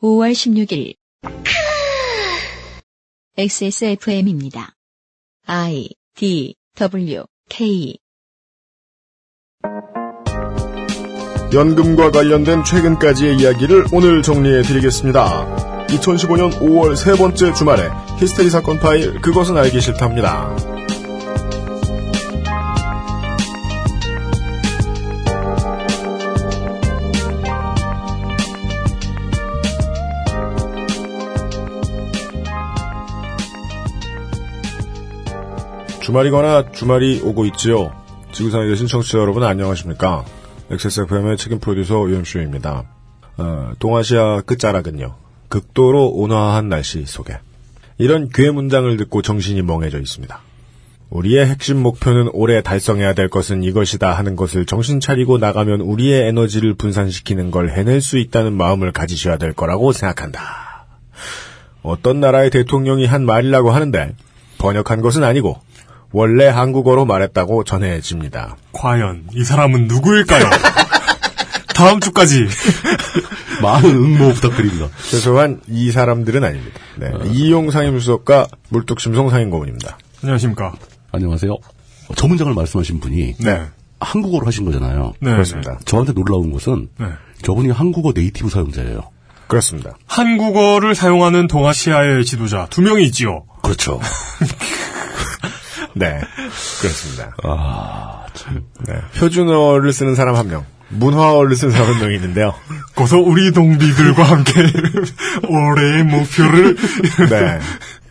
5월 16일 XSFM입니다. I D W K 연금과 관련된 최근까지의 이야기를 오늘 정리해 드리겠습니다. 2015년 5월 세 번째 주말에 히스테리 사건 파일 그것은 알기 싫답니다. 주말이거나 주말이 오고 있지요. 지구상에 계신 청취자 여러분 안녕하십니까? XSFM의 책임 프로듀서 유엠쇼입니다. 어, 동아시아 끝자락은요. 극도로 온화한 날씨 속에 이런 괴 문장을 듣고 정신이 멍해져 있습니다. 우리의 핵심 목표는 올해 달성해야 될 것은 이것이다 하는 것을 정신 차리고 나가면 우리의 에너지를 분산시키는 걸 해낼 수 있다는 마음을 가지셔야 될 거라고 생각한다. 어떤 나라의 대통령이 한 말이라고 하는데 번역한 것은 아니고 원래 한국어로 말했다고 전해집니다. 과연 이 사람은 누구일까요? 다음 주까지 많은 응모 부탁드립니다. 죄송한 이 사람들은 아닙니다. 네. 어. 이용 상임수석과 물뚝심송 상임고문입니다. 안녕하십니까? 안녕하세요. 어, 저 문장을 말씀하신 분이 네, 한국어로 하신 거잖아요. 네, 그렇습니다. 저한테 놀라운 것은 네. 저분이 한국어 네이티브 사용자예요. 그렇습니다. 한국어를 사용하는 동아시아의 지도자 두 명이 있지요. 그렇죠. 네. 그렇습니다. 아, 네. 표준어를 쓰는 사람 한 명, 문화어를 쓰는 사람 한 명이 있는데요. 거서 우리 동비들과 함께 올해의 목표를 네.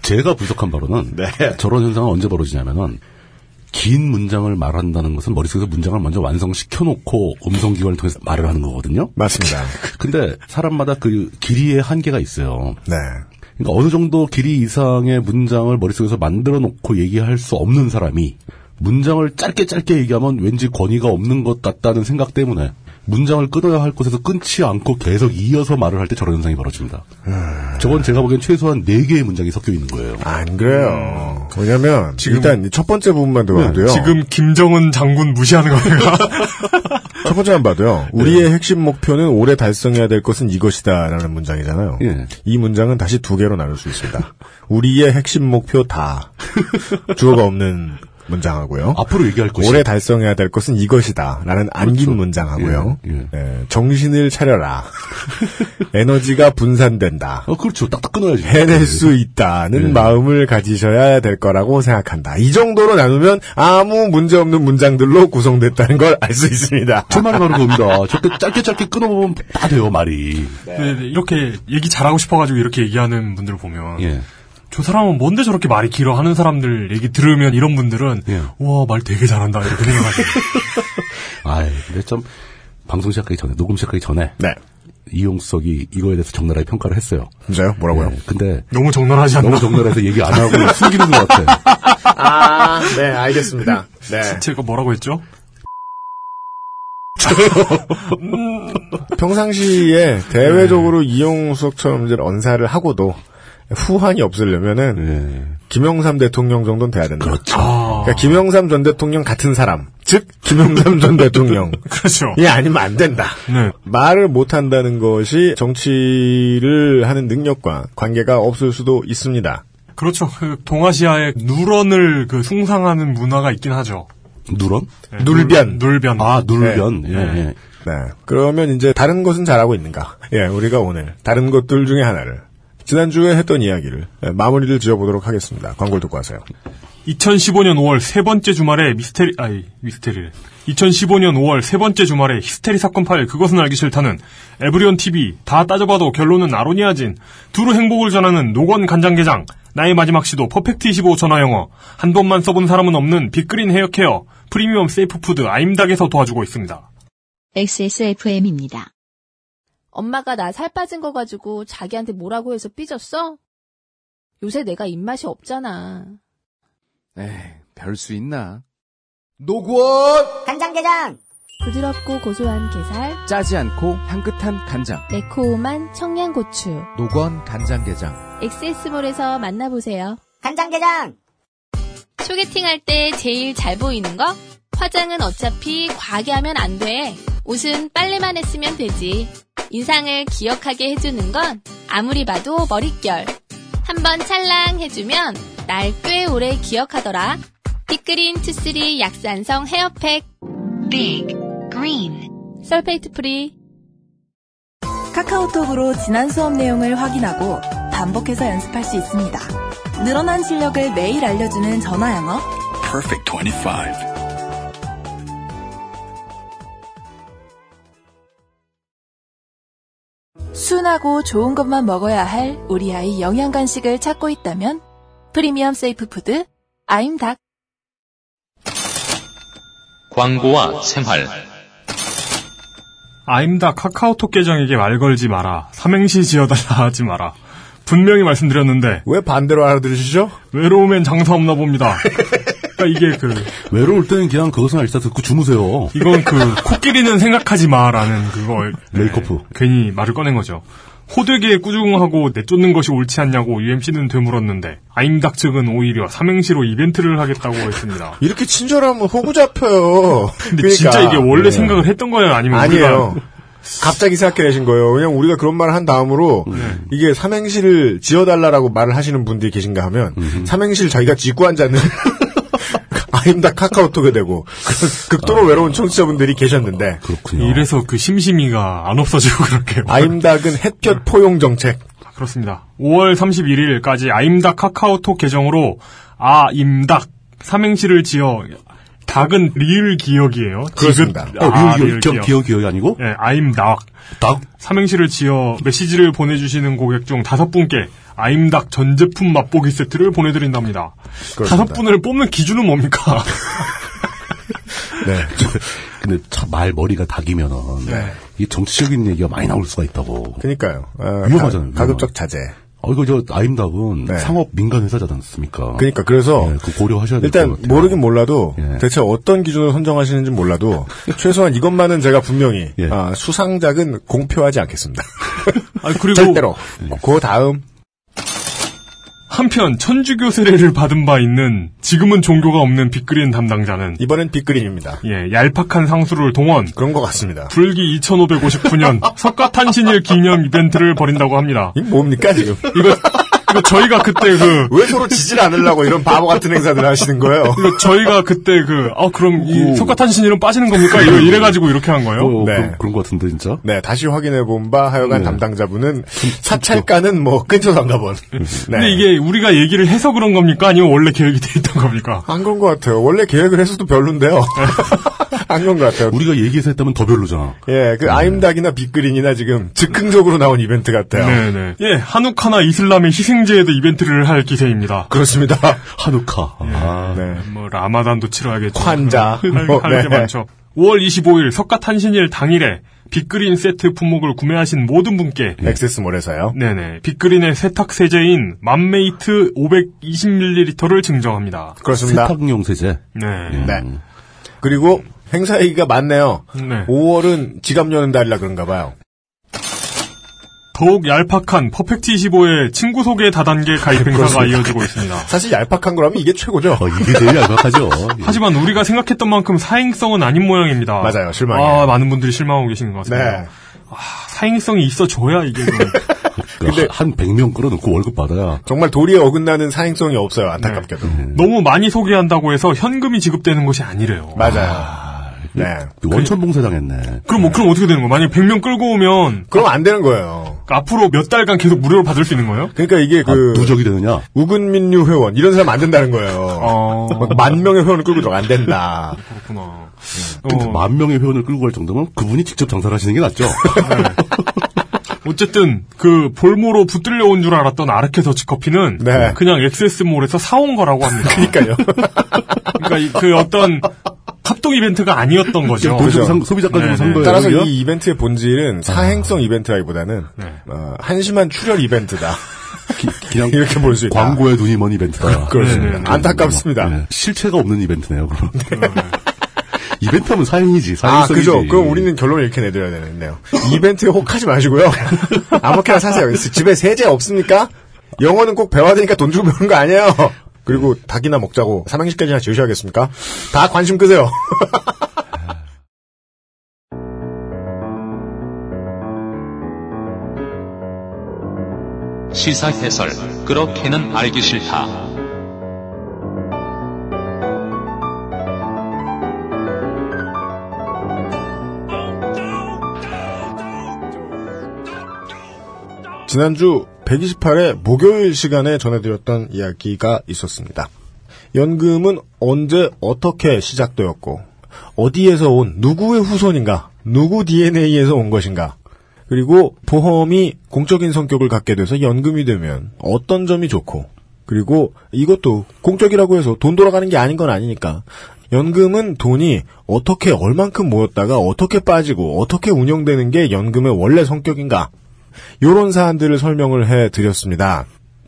제가 분석한 바로는 네. 저런 현상은 언제 벌어지냐면은 긴 문장을 말한다는 것은 머릿속에서 문장을 먼저 완성시켜 놓고 음성기관을 통해서 말을 하는 거거든요. 맞습니다. 근데 사람마다 그 길이의 한계가 있어요. 네. 그러니까 어느 정도 길이 이상의 문장을 머릿속에서 만들어 놓고 얘기할 수 없는 사람이 문장을 짧게 짧게 얘기하면 왠지 권위가 없는 것 같다는 생각 때문에 문장을 끊어야 할 곳에서 끊지 않고 계속 이어서 말을 할 때 저런 현상이 벌어집니다. 저건 제가 보기엔 최소한 4개의 문장이 섞여 있는 거예요. 안 그래요. 음. 왜냐면, 일단 이첫 번째 부분만 들어봐도요. 지금 김정은 장군 무시하는 겁니까? 첫 번째만 봐도요. 우리의 핵심 목표는 올해 달성해야 될 것은 이것이다라는 문장이잖아요. 예. 이 문장은 다시 두 개로 나눌 수 있습니다. 우리의 핵심 목표 다 주어가 없는 문장하고요. 앞으로 얘기할 것이 올해 달성해야 될 것은 이것이다라는 안긴 문장하고요. 예, 예. 예, 정신을 차려라. 에너지가 분산된다. 어, 그렇죠. 딱딱 끊어야지. 해낼 수 있다는 마음을 가지셔야 될 거라고 생각한다. 이 정도로 나누면 아무 문제 없는 문장들로 구성됐다는 걸 알 수 있습니다. 제 말은 하는 겁니다. 저렇게 짧게 짧게 끊어보면 다 돼요, 말이. 네, 네, 이렇게 얘기 잘하고 싶어가지고 이렇게 얘기하는 분들 을 보면 예. 저 사람은 뭔데 저렇게 말이 길어 하는 사람들 얘기 들으면 이런 분들은 예. 우와 말 되게 잘한다 이렇게 생각하죠. 아이, 근데 참, 방송 시작하기 전에, 녹음 시작하기 전에, 네. 이용석이 이거에 대해서 적나라하게 평가를 했어요. 진짜요? 뭐라고요? 예, 근데 너무 정론하지 않나? 너무 적나라해서 얘기 안 하고 숨기는 것 같아. 아, 네, 알겠습니다. 네. 제가 뭐라고 했죠? 평상시에 대외적으로 이용수석처럼 이제 언사를 하고도 후환이 없으려면은 예. 김영삼 대통령 정도는 돼야 된다. 그렇죠. 네. 그러니까 김영삼 전 대통령 같은 사람, 즉 김영삼 전 대통령 그렇죠. 예. 이 아니면 안 된다. 네. 말을 못 한다는 것이 정치를 하는 능력과 관계가 없을 수도 있습니다. 그렇죠. 그 동아시아의 누런을 그 숭상하는 문화가 있긴 하죠. 누런? 네, 눌변. 눌- 눌변. 아, 눌변. 예, 네. 예. 네. 그러면 이제 다른 것은 잘하고 있는가? 예, 우리가 오늘 다른 것들 중에 하나를 지난주에 했던 이야기를 예, 마무리를 지어보도록 하겠습니다. 광고를 듣고 하세요. 2015년 5월 세 번째 주말에 미스테리, 아이, 미스테리. 2015년 5월 세 번째 주말에 히스테리 사건 파일 그것은 알기 싫다는 에브리온 TV 다 따져봐도 결론은 아로니아진 두루 행복을 전하는 노건 간장게장 나의 마지막 시도 퍼펙트 25 전화 영어 한 번만 써본 사람은 없는 빅그린 헤어케어 프리미엄 세이프푸드 아임닭에서 도와주고 있습니다. XSFM입니다. 엄마가 나 살 빠진 거 가지고 자기한테 뭐라고 해서 삐졌어? 요새 내가 입맛이 없잖아. 에이, 별 수 있나? 노구원! 간장게장! 부드럽고 고소한 게살, 짜지 않고 향긋한 간장. 매콤한 청양고추. 노건 간장게장. 엑세스몰에서 만나보세요. 간장게장! 소개팅할 때 제일 잘 보이는 거? 화장은 어차피 과하게 하면 안 돼. 옷은 빨래만 했으면 되지. 인상을 기억하게 해주는 건 아무리 봐도 머릿결. 한번 찰랑 해주면 날 꽤 오래 기억하더라. 빅그린 투쓰리 약산성 헤어팩. Big Green 설페이트 프리. 카카오톡으로 지난 수업 내용을 확인하고 반복해서 연습할 수 있습니다. 늘어난 실력을 매일 알려주는 전화 영어. Perfect 25. 순하고 좋은 것만 먹어야 할 우리 아이 영양 간식을 찾고 있다면 프리미엄 세이프 푸드 아임닭 광고와 생활 아임다 카카오톡 계정에게 말 걸지 마라. 삼행시 지어달라 하지 마라. 분명히 말씀드렸는데 왜 반대로 알아들으시죠? 외로우면 장사 없나 봅니다. 그러니까 이게 그 외로울 때는 그냥 그것은 알짜 듣고 주무세요. 이건 그 코끼리는 생각하지 마라는 그걸 레이코프. 괜히 말을 꺼낸 거죠. 호되게 꾸중하고 내쫓는 것이 옳지 않냐고 UMC는 되물었는데 아임닭 측은 오히려 삼행시로 이벤트를 하겠다고 했습니다. 이렇게 친절하면 호구 잡혀요. 그러니까. 근데 진짜 이게 원래 생각을 했던 거예요? 음. 아니면 네. 아니에요. 우리가 갑자기 생각해내신 거예요. 왜냐면 우리가 그런 말을 한 다음으로 네. 이게 삼행시를 지어달라라고 말을 하시는 분들이 계신가 하면 삼행시를 자기가 짓고 앉았는 아임다 카카오톡에 대고 극도로 외로운 청취자분들이 계셨는데 그렇군요. 이래서 그 심심이가 안 없어지고 그렇게 아임닭은 햇볕 포용 정책. 그렇습니다. 5월 31일까지 아임닭 카카오톡 계정으로 아임닭 삼행시를 지어 닭은 리을 기억이에요. 그렇습니다. 지긋- 어, 아, 이거 리을 기억, 기억. 기억, 기억이 아니고? 예, 아임닭 닭? 삼행시를 지어 메시지를 보내주시는 고객 중 다섯 분께 아임닭 전 제품 맛보기 세트를 보내드린답니다. 다섯 그렇습니다. 분을 뽑는 기준은 뭡니까? 네. 근데 참 말 머리가 닭이면은 이게 정치적인 얘기가 많이 나올 수가 있다고. 그니까요. 어, 위험하잖아요, 가, 급적 자제. 어, 이거 저 아임닭은 네. 상업 민간 회사지 않습니까? 그니까, 그래서, 예, 그 고려하셔야 될 것 일단, 같아요. 모르긴 몰라도, 예. 대체 어떤 기준으로 선정하시는지 몰라도, 최소한 이것만은 제가 분명히, 예. 아, 수상작은 공표하지 않겠습니다. 아, 그리고 절대로. 그 다음, 한편 천주교 세례를 받은 바 있는 지금은 종교가 없는 빅그린 담당자는 이번엔 빅그린입니다. 예, 얄팍한 상수를 동원 그런 것 같습니다. 불기 2559년 석가탄신일 기념 이벤트를 벌인다고 합니다. 이 뭡니까, 지금? 이거, 이거 저희가 그때 그, 왜 서로 지질 않으려고 이런 바보 같은 행사들 하시는 거예요? 이거 저희가 그때 그, 아, 그럼 이 석가탄신일은 빠지는 겁니까? 이거 이래가지고 이렇게 한 거예요? 어, 네. 그런, 그런 것 같은데 진짜. 네, 다시 확인해 본 바, 하여간 네. 담당자분은, 사찰가는 뭐, 근처도 안 가본. 음. 근데 이게 우리가 얘기를 해서 그런 겁니까? 아니면 원래 계획이 돼 있던 겁니까? 안 그런 것 같아요. 원래 계획을 했어도 별론데요. 안 그런 것 같아요. 우리가 얘기해서 했다면 더 별로잖아. 예, 네. 그 아임닭이나 빅그린이나 지금 즉흥적으로 나온 이벤트 같아요. 네네. 예, 한우카나 이슬람의 희생제에도 이벤트를 할 기세입니다. 그렇습니다. 한우카. 아, 네. 뭐, 라마단도 치러야겠죠. 환자. 할, 뭐, 할게 네. 많죠. 5월 25일 석가탄신일 당일에 빅그린 세트 품목을 구매하신 모든 분께 네. 액세스몰에서요. 네네. 빅그린의 세탁 세제인 맘메이트 520ml를 증정합니다. 그렇습니다. 세탁용 음. 세제. 네. 네. 그리고 행사 얘기가 많네요. 네. 5월은 지갑 여는 달이라 그런가 봐요. 더욱 얄팍한 퍼펙트 25의 친구 소개 다단계 가입 행사가 이어지고 있습니다. 사실 얄팍한 거라면 이게 최고죠. 어, 이게 제일 얄팍하죠. 하지만 우리가 생각했던 만큼 사행성은 아닌 모양입니다. 맞아요. 실망이에요. 아, 많은 분들이 실망하고 계시는 것 같습니다. 네. 사행성이 있어줘야 이게 좀 근데 한 100명 끌어놓고 월급 받아야 정말 도리에 어긋나는 사행성이 없어요. 안타깝게도. 음. 너무 많이 소개한다고 해서 현금이 지급되는 것이 아니래요. 맞아요. 네. 그 원천 봉쇄당했네. 그럼 뭐 그럼 어떻게 되는 거예요? 만약에 100명 끌고 오면 그럼 안 되는 거예요. 앞으로 몇 달간 계속 무료로 받을 수 있는 거예요? 그러니까 이게 아, 그 누적이 되느냐? 우근민유 회원 이런 사람 안 된다는 거예요. 어, 만 명의 회원을 끌고 들어 안 된다. 그렇구나. 네. 근데 어, 그러니까 만 명의 회원을 끌고 갈 정도면 그분이 직접 장사를 하시는 게 낫죠. 네, 어쨌든 그 볼모로 붙들려 온 줄 알았던 아르케 더치커피는 네. 그냥 엑세스몰에서 사온 거라고 합니다. 그러니까요. 그러니까 이- 그 어떤 합동 이벤트가 아니었던 거죠. 돈 주고 산- 소비자 가지고 네, 산 거예요. 네. 그렇죠. 따라서 그죠? 이 이벤트의 본질은 사행성 이벤트라기보다는 네. 어, 한심한 출혈 이벤트다. 기- 그냥 이렇게 볼 수 있다. 광고에 눈이 먼 이벤트다. 그렇습니다. 네, 네, 네. 안타깝습니다. 네, 실체가 없는 이벤트네요. 그럼. 이벤트하면 사행이지. 아, 사행성이지. 그죠. 그럼 우리는 결론을 이렇게 내드려야 되겠네요. 이벤트에 혹하지 마시고요. 아무렇게나 사세요. 집에 세제 없습니까? 영어는 꼭 배워야 되니까 돈 주고 배우는 거 아니에요. 그리고 닭이나 먹자고 삼행시까지나 지으셔야겠습니까? 다 관심 끄세요. 시사 해설 그렇게는 알기 싫다. 지난주 128회 목요일 시간에 전해드렸던 이야기가 있었습니다. 연금은 언제 어떻게 시작되었고 어디에서 온 누구의 후손인가 누구 DNA에서 온 것인가 그리고 보험이 공적인 성격을 갖게 돼서 연금이 되면 어떤 점이 좋고 그리고 이것도 공적이라고 해서 돈 돌아가는 게 아닌 건 아니니까 연금은 돈이 어떻게 얼만큼 모였다가 어떻게 빠지고 어떻게 운영되는 게 연금의 원래 성격인가 요런 사안들을 설명을 해 드렸습니다.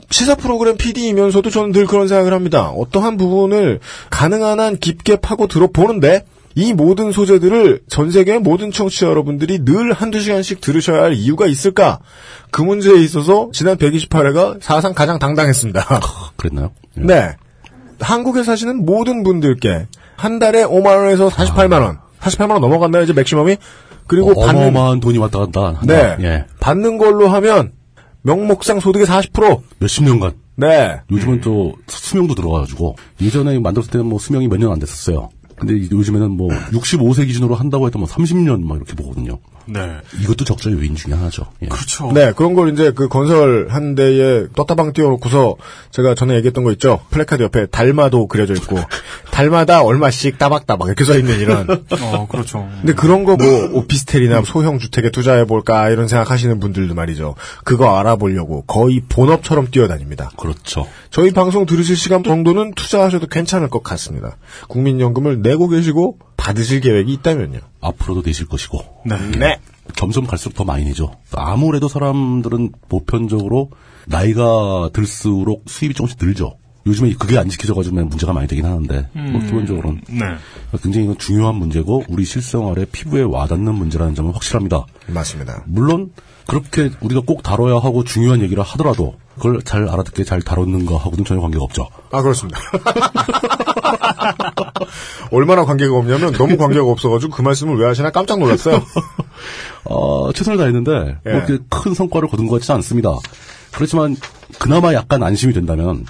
시사 프로그램 PD이면서도 저는 늘 그런 생각을 합니다. 어떠한 부분을 가능한 한 깊게 파고 들어보는데 이 모든 소재들을 전 세계 모든 청취자 여러분들이 늘 한두 시간씩 들으셔야 할 이유가 있을까? 그 문제에 있어서 지난 128회가 사상 가장 당당했습니다. 그랬나요? 예. 네. 한국에 사시는 모든 분들께 한 달에 5만원에서 48만원, 48만원 넘어간다 이제 맥시멈이? 그리고 어, 받는 어마어마한 돈이 왔다 갔다. 네. 한다. 예. 받는 걸로 하면 명목상 소득의 40%. 몇십 년간. 네. 요즘은 또 수명도 들어가가지고 예전에 만들었을 때는 뭐 수명이 몇 년 안 됐었어요. 근데 이제 요즘에는 뭐 65세 기준으로 한다고 해도 뭐 30년 막 이렇게 보거든요. 네. 이것도 적절의 요인 중에 하나죠. 예. 그렇죠. 네, 그런 걸 이제 그 건설 한 대에 떴다방 띄워놓고서 제가 전에 얘기했던 거 있죠. 플래카드 옆에 달마도 그려져 있고 달마다 얼마씩 따박따박 이렇게 써 있는 이런. 어, 그렇죠. 근데 그런 거 뭐 오피스텔이나 소형 주택에 투자해 볼까 이런 생각하시는 분들도 말이죠. 그거 알아보려고 거의 본업처럼 뛰어다닙니다. 그렇죠. 저희 방송 들으실 시간 정도는 투자하셔도 괜찮을 것 같습니다. 국민연금을 내고 계시고 받으실 계획이 있다면요. 앞으로도 되실 것이고 예. 네. 점점 갈수록 더 많이 내죠. 아무래도 사람들은 보편적으로 나이가 들수록 수입이 조금씩 늘죠. 요즘에 그게 안 지켜져가지고 문제가 많이 되긴 하는데 뭐 기본적으로는 네. 굉장히 이건 중요한 문제고 우리 실생활에 피부에 와닿는 문제라는 점은 확실합니다. 맞습니다. 물론 그렇게 우리가 꼭 다뤄야 하고 중요한 얘기를 하더라도 그걸 잘 알아듣게 잘 다뤘는가 하고는 전혀 관계가 없죠. 아 그렇습니다. 얼마나 관계가 없냐면 너무 관계가 없어가지고 그 말씀을 왜 하시나 깜짝 놀랐어요. 어, 최선을 다했는데 예. 뭐 이렇게 큰 성과를 거둔 것 같지는 않습니다. 그렇지만 그나마 약간 안심이 된다면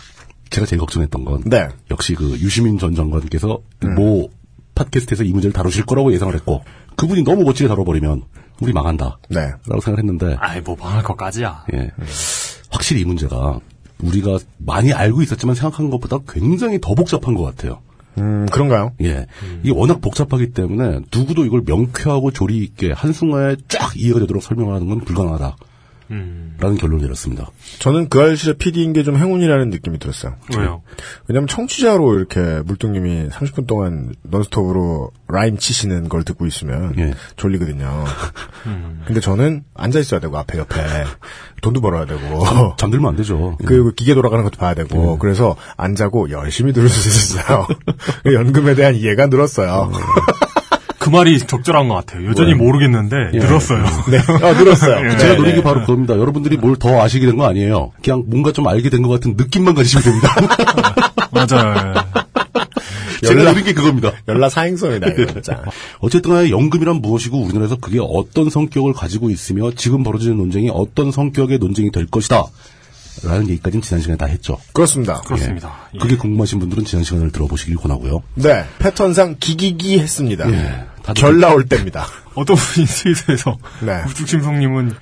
제가 제일 걱정했던 건 네. 음. 역시 그 유시민 전 장관께서 모 팟캐스트에서 이 문제를 다루실 거라고 예상을 했고 그분이 너무 멋지게 다뤄버리면 우리 망한다 네. 라고 생각을 했는데 아이, 뭐, 망할 것까지야. 예. 확실히 이 문제가 우리가 많이 알고 있었지만 생각한 것보다 굉장히 더 복잡한 것 같아요. 음 그런가요? 예. 이게 워낙 복잡하기 때문에 누구도 이걸 명쾌하고 조리 있게 한순간에 쫙 이해가 되도록 설명하는 건 불가능하다. 음, 라는 결론을 내렸습니다. 저는 그 아저씨의 PD인 게 좀 행운이라는 느낌이 들었어요. 왜요? 왜냐면 청취자로 이렇게 물뚱님이 30분 동안 넌스톱으로 라임 치시는 걸 듣고 있으면 예. 졸리거든요. 근데 저는 앉아 있어야 되고 앞에 옆에 돈도 벌어야 되고 잠들면 안 되죠. 예. 그리고 기계 돌아가는 것도 봐야 되고 그래서 안 자고 열심히 들을 수 있었어요. 연금에 대한 이해가 늘었어요. 음. 그 말이 적절한 것 같아요. 여전히 모르겠는데, 늘었어요. 네, 어, 늘었어요. 예. 그 제가 네, 노린 네. 게 바로 그겁니다. 여러분들이 뭘 더 아시게 된 건 아니에요. 그냥 뭔가 좀 알게 된 것 같은 느낌만 가지시면 됩니다. 맞아요. 예, 제가 노린 게 그겁니다. 연라 사행성이다 이거 진짜. 어쨌든 간에 연금이란 무엇이고 우리나라에서 그게 어떤 성격을 가지고 있으며 지금 벌어지는 논쟁이 어떤 성격의 논쟁이 될 것이다. 라는 얘기까지는 지난 시간에 다 했죠. 그렇습니다. 그렇습니다. 예. 그게 궁금하신 분들은 지난 시간을 들어보시길 권하고요. 네, 패턴상 기기기 했습니다. 예, 다들- 결 나올 때입니다. 어떤 분이 트위터에서 네. 우뚝심성님은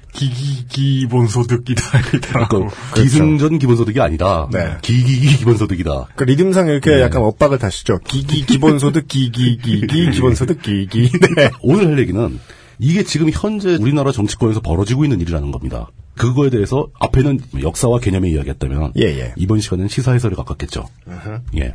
기기기본소득이다 이렇다고. 그 기승전 기본소득이 아니다. 네. 기기기 기본소득이다. 그 리듬상 이렇게 약간 엇박을 다시죠. 기기 기본소득 기기기기 기본소득 기기. 네. 오늘 할 얘기는 이게 지금 현재 우리나라 정치권에서 벌어지고 있는 일이라는 겁니다. 그거에 대해서 앞에는 역사와 개념의 이야기였다면 예, 예. 이번 시간은 시사 해설에 가깝겠죠. 예.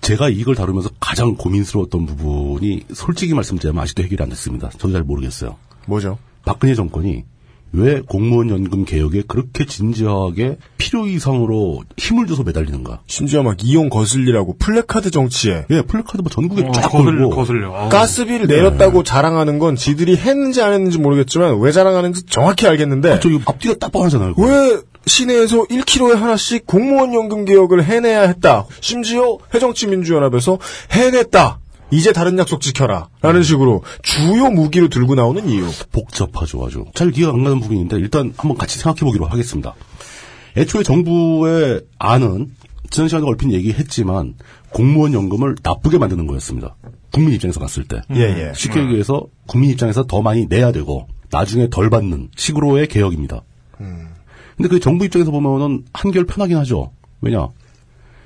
제가 이걸 다루면서 가장 고민스러웠던 부분이 솔직히 말씀드리면 아직도 해결이 안 됐습니다. 저도 잘 모르겠어요. 뭐죠? 박근혜 정권이 왜 공무원 연금 개혁에 그렇게 진지하게 필요 이상으로 힘을 줘서 매달리는가? 심지어 막 이용 거슬리라고 플래카드 정치에 예, 플래카드 뭐 전국에 어, 쫙 거슬려, 걸고 거슬려. 아. 어. 가스비를 내렸다고 자랑하는 건 지들이 했는지 안 했는지 모르겠지만 왜 자랑하는지 정확히 알겠는데 저 이거 앞뒤가 딱 뻔하잖아요. 그거. 왜 시내에서 1km에 하나씩 공무원 연금 개혁을 해내야 했다. 심지어 해정치민주연합에서 해냈다. 이제 다른 약속 지켜라. 음. 라는 식으로 주요 무기로 들고 나오는 이유. 복잡하죠, 아주. 잘 이해가 안 가는 부분인데 일단 한번 같이 생각해 보기로 하겠습니다. 애초에 정부의 안은 지난 시간에 얼핏 얘기했지만 공무원 연금을 나쁘게 만드는 거였습니다. 국민 입장에서 봤을 때. 예, 예. 쉽게 얘기해서 국민 입장에서 더 많이 내야 되고 나중에 덜 받는 식으로의 개혁입니다. 음. 근데 그 정부 입장에서 보면은 한결 편하긴 하죠. 왜냐?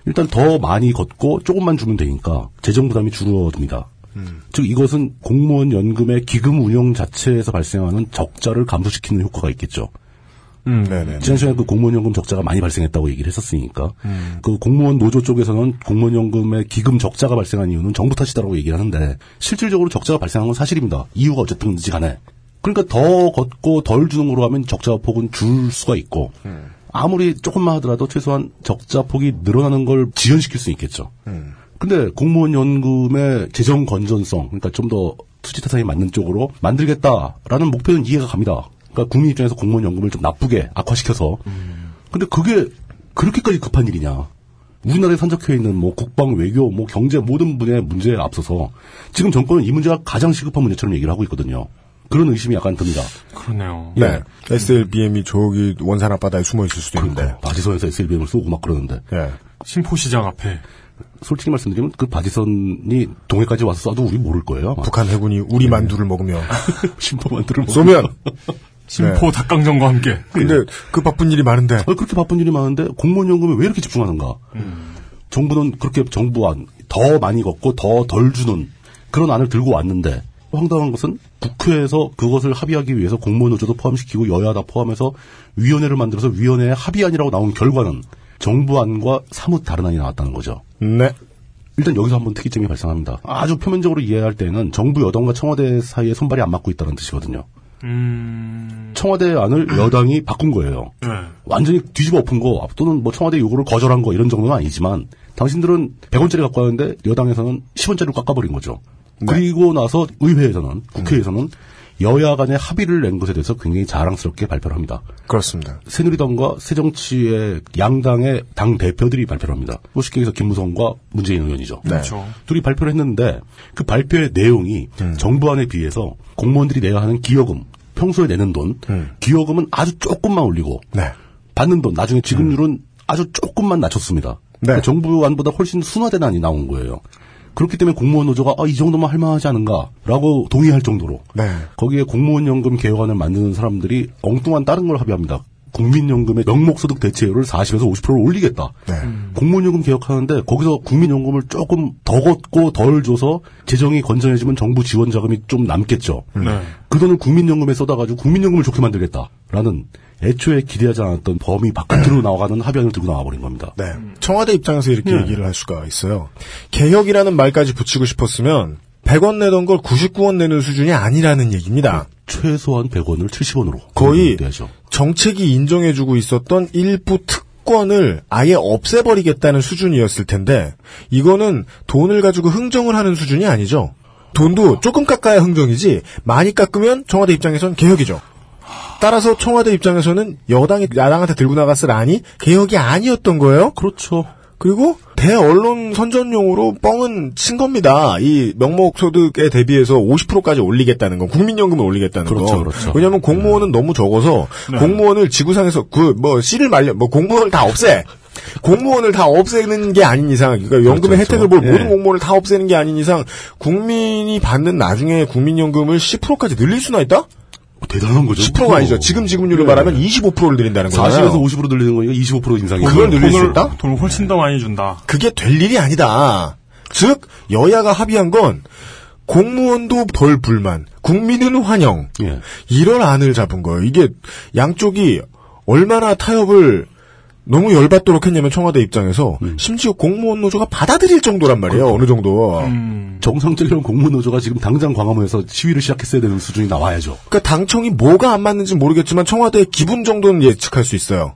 일단 더 많이 걷고 조금만 주면 되니까 재정 부담이 줄어듭니다. 즉 이것은 공무원 연금의 기금 운용 자체에서 발생하는 적자를 감소시키는 효과가 있겠죠. 네네. 지난 시간에 그 공무원연금 적자가 많이 발생했다고 얘기를 했었으니까 음. 그 공무원 노조 쪽에서는 공무원연금의 기금 적자가 발생한 이유는 정부 탓이다라고 얘기를 하는데 실질적으로 적자가 발생한 건 사실입니다. 이유가 어쨌든지 간에. 그러니까 더 걷고 덜 주는 거로 하면 적자 폭은 줄 수가 있고 음. 아무리 조금만 하더라도 최소한 적자 폭이 늘어나는 걸 지연시킬 수 있겠죠. 음. 근데 공무원 연금의 재정 건전성, 그러니까 좀 더 투지 타산이 맞는 쪽으로 만들겠다라는 목표는 이해가 갑니다. 그러니까 국민 입장에서 공무원 연금을 좀 나쁘게 악화시켜서. 근데 그게 그렇게까지 급한 일이냐? 우리나라에 산적해 있는 뭐 국방, 외교, 뭐 경제 모든 분야의 문제에 앞서서 지금 정권은 이 문제가 가장 시급한 문제처럼 얘기를 하고 있거든요. 그런 의심이 약간 듭니다. 예. 그러네요. 네. SLBM이 저기 원산 앞바다에 숨어 있을 수도 있는데. 바지선에서 SLBM을 쏘고 막 그러는데 예. 심포시장 앞에. 솔직히 말씀드리면 그 바지선이 동해까지 와서 쏴도 우리 모를 거예요. 예. 아마. 북한 해군이 우리 만두를 먹으며 심포만들을 쏘면 심포 닭강정과 함께. 근데 그 바쁜 일이 많은데 어, 그렇게 바쁜 일이 많은데 공무원 연금에 왜 이렇게 집중하는가? 정부는 그렇게 정부안 더 많이 걷고 더 덜 주는 그런 안을 들고 왔는데 황당한 것은 국회에서 그것을 합의하기 위해서 공무원 노조도 포함시키고 여야 다 포함해서 위원회를 만들어서 위원회의 합의안이라고 나온 결과는 정부안과 사뭇 다른 안이 나왔다는 거죠. 네. 일단 여기서 한번 특이점이 발생합니다. 아주 표면적으로 이해할 때는 정부 여당과 청와대 사이에 손발이 안 맞고 있다는 뜻이거든요. 청와대 안을 여당이 바꾼 거예요. 네. 완전히 뒤집어 엎은 거 또는 뭐 청와대 요구를 거절한 거 이런 정도는 아니지만 당신들은 100원짜리 갖고 왔는데 여당에서는 10원짜리로 깎아버린 거죠. 그리고 나서 의회에서는 국회에서는 여야 간의 합의를 낸 것에 대해서 굉장히 자랑스럽게 발표를 합니다. 그렇습니다. 새누리당과 새정치의 양당의 당 대표들이 발표를 합니다. 뭐 쉽게 얘기해서 김무성과 문재인 의원이죠. 네. 그렇죠. 둘이 발표를 했는데 그 발표의 내용이 음. 정부안에 비해서 공무원들이 내야 하는 기여금, 평소에 내는 돈, 기여금은 아주 조금만 올리고 음. 네. 음. 받는 돈, 나중에 지급률은 아주 조금만 낮췄습니다. 네. 그러니까 정부안보다 훨씬 순화된 안이 나온 거예요. 그렇기 때문에 공무원 노조가 아, 이 정도면 할만하지 않은가라고 동의할 정도로 네. 거기에 공무원 연금 개혁안을 만드는 사람들이 엉뚱한 다른 걸 합의합니다. 국민연금의 명목소득 대체율을 40에서 50%를 올리겠다. 네. 공무원연금 개혁하는데 거기서 국민연금을 조금 더 걷고 덜 줘서 재정이 건전해지면 정부 지원 자금이 좀 남겠죠. 음. 네. 그 돈을 국민연금에 쏟아가지고 국민연금을 좋게 만들겠다라는 애초에 기대하지 않았던 범위 바깥으로 나아가는 합의안을 들고 나와버린 겁니다. 네. 청와대 입장에서 이렇게 얘기를 할 수가 있어요. 개혁이라는 말까지 붙이고 싶었으면 100원 내던 걸 99원 내는 수준이 아니라는 얘기입니다. 네. 최소한 100원을 70원으로 거의 되죠. 정책이 인정해주고 있었던 일부 특권을 아예 없애버리겠다는 수준이었을 텐데 이거는 돈을 가지고 흥정을 하는 수준이 아니죠. 돈도 조금 깎아야 흥정이지 많이 깎으면 청와대 입장에선 개혁이죠. 따라서 청와대 입장에서는 여당이 야당한테 들고 나갔을 안이 개혁이 아니었던 거예요. 그렇죠. 그리고 대언론 선전용으로 뻥은 친 겁니다. 이 명목 소득에 대비해서 50%까지 올리겠다는 건 국민연금을 올리겠다는 그렇죠, 거. 그렇죠. 왜냐하면 공무원은 너무 적어서 공무원을 지구상에서 그 뭐 씨를 말려 뭐 공무원을 다 없애. 공무원을 다 없애는 게 아닌 이상, 그러니까 연금의 그렇죠, 혜택을 볼 그렇죠. 모든 예. 공무원을 다 없애는 게 아닌 이상, 국민이 받는 나중에 국민연금을 10%까지 늘릴 수나 있다? 뭐 대단한 거죠. 그렇죠. 네. 10%가 아니죠. 지금 지급률로 말하면 25%를 늘린다는 거잖아요. 40에서 50으로 늘리는 거니까 25% 인상이. 그걸 늘릴 수 돈을- 있다? 돈을 훨씬 더 많이 준다. 그게 될 일이 아니다. 즉 여야가 합의한 건 공무원도 덜 불만, 국민은 환영 예. 이런 안을 잡은 거예요. 이게 양쪽이 얼마나 타협을 너무 열받도록 했냐면 청와대 입장에서 심지어 공무원 노조가 받아들일 정도란 말이에요. 어느 정도. 음. 정상적인 공무원 노조가 지금 당장 광화문에서 시위를 시작했어야 되는 수준이 나와야죠. 그러니까 당청이 뭐가 안 맞는지 모르겠지만 청와대의 기분 정도는 예측할 수 있어요.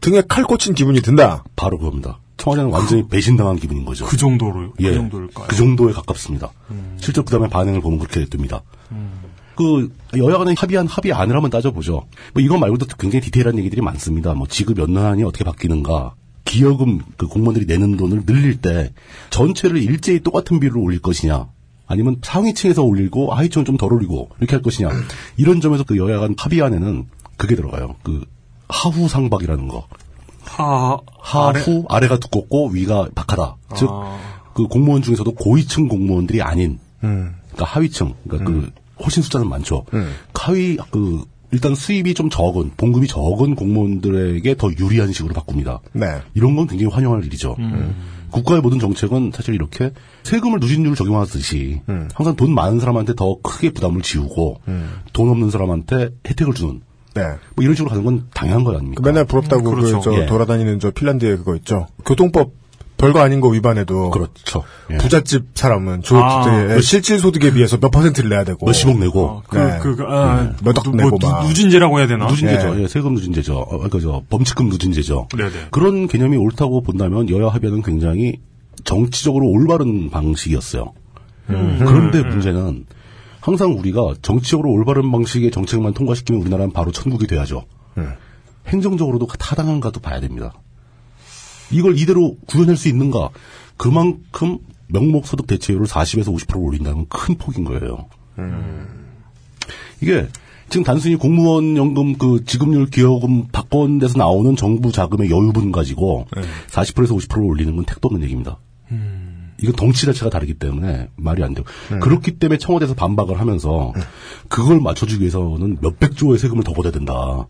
등에 칼 꽂힌 기분이 든다. 바로 그겁니다. 청와대는 완전히 배신당한 기분인 거죠. 그 정도로 예, 그 정도일까요? 그 정도에 가깝습니다. 실제 그 다음에 반응을 보면 그렇게 됩니다. 음. 그 여야 간에 합의한 합의안을 한번 따져보죠. 뭐 이거 말고도 굉장히 디테일한 얘기들이 많습니다. 뭐 지급 연한이 어떻게 바뀌는가. 기여금 그 공무원들이 내는 돈을 늘릴 때 전체를 일제히 똑같은 비율로 올릴 것이냐 아니면 상위층에서 올리고 하위층은 좀 덜 올리고 이렇게 할 것이냐 이런 점에서 그 여야 간 합의안에는 그게 들어가요. 그 하후 상박이라는 거. 하, 하후 아래. 가 두껍고 위가 박하다. 즉 그 아, 공무원 중에서도 고위층 공무원들이 아닌 음. 그러니까 하위층 그러니까 그 훨씬 숫자는 많죠. 하위 그 일단 수입이 좀 적은 봉급이 적은 공무원들에게 더 유리한 식으로 바꿉니다. 네. 음. 이런 건 굉장히 환영할 일이죠. 음. 국가의 모든 정책은 사실 이렇게 세금을 누진율을 적용하듯이 음. 항상 돈 많은 사람한테 더 크게 부담을 지우고 돈 없는 사람한테 혜택을 주는 네. 뭐 이런 식으로 가는 건 당연한 거 아닙니까? 그 맨날 부럽다고 음, 그렇죠. 그 저 예. 돌아다니는 저 핀란드에 그거 있죠. 교통법 별거 아닌 거 위반해도 그렇죠. 예. 부잣집 사람은 조 아, 그 실질 소득에 비해서 몇 퍼센트를 내야 되고 몇십억 내고 그, 네. 그, 그, 아, 네. 몇억 누- 내고 뭐, 누- 막. 누진제라고 해야 되나? 누진제죠. 예, 세금 누진제죠. 어, 그러니까 저 범칙금 누진제죠. 네. 네네. 그런 개념이 옳다고 본다면 여야 합의는 굉장히 정치적으로 올바른 방식이었어요. 음. 그런데 문제는 항상 우리가 정치적으로 올바른 방식의 정책만 통과시키면 우리나라는 바로 천국이 돼야죠. 네. 행정적으로도 타당한가도 봐야 됩니다. 이걸 이대로 구현할 수 있는가? 그만큼 명목 소득 대체율을 40에서 50% 올린다는 건 큰 폭인 거예요. 이게 지금 단순히 공무원 연금 그 지급률 기여금 바꿔온 데서 나오는 정부 자금의 여유분 가지고 40%에서 50% 올리는 건 택도 없는 얘기입니다. 이건 덩치 자체가 다르기 때문에 말이 안 되고 네. 그렇기 때문에 청와대에서 반박을 하면서 그걸 맞춰주기 위해서는 몇백 조의 세금을 더 걷어야 된다.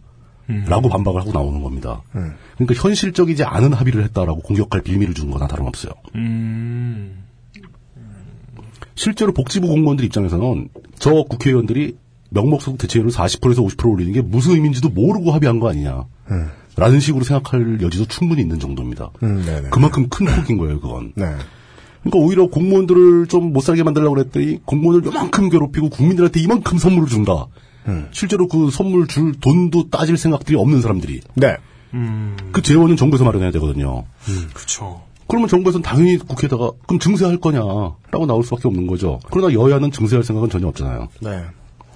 음. 라고 반박을 하고 나오는 겁니다. 네. 그러니까 현실적이지 않은 합의를 했다라고 공격할 빌미를 주는 거나 다름없어요. 음, 실제로 복지부 공무원들 입장에서는 저 국회의원들이 명목소득 대체율을 40%에서 50% 올리는 게 무슨 의미인지도 모르고 합의한 거 아니냐. 라는 식으로 생각할 여지도 충분히 있는 정도입니다. 네. 음, 네네. 그만큼 큰 폭인 거예요, 그건. 네. 그러니까 오히려 공무원들을 좀 못 살게 만들려고 그랬더니 공무원을 요만큼 괴롭히고 국민들한테 이만큼 선물을 준다. 실제로 그 선물 줄 돈도 따질 생각들이 없는 사람들이 네. 그 재원은 정부에서 마련해야 되거든요. 그쵸. 그러면 정부에서는 당연히 국회에다가 그럼 증세할 거냐라고 나올 수밖에 없는 거죠. 그러나 여야는 증세할 생각은 전혀 없잖아요. 네.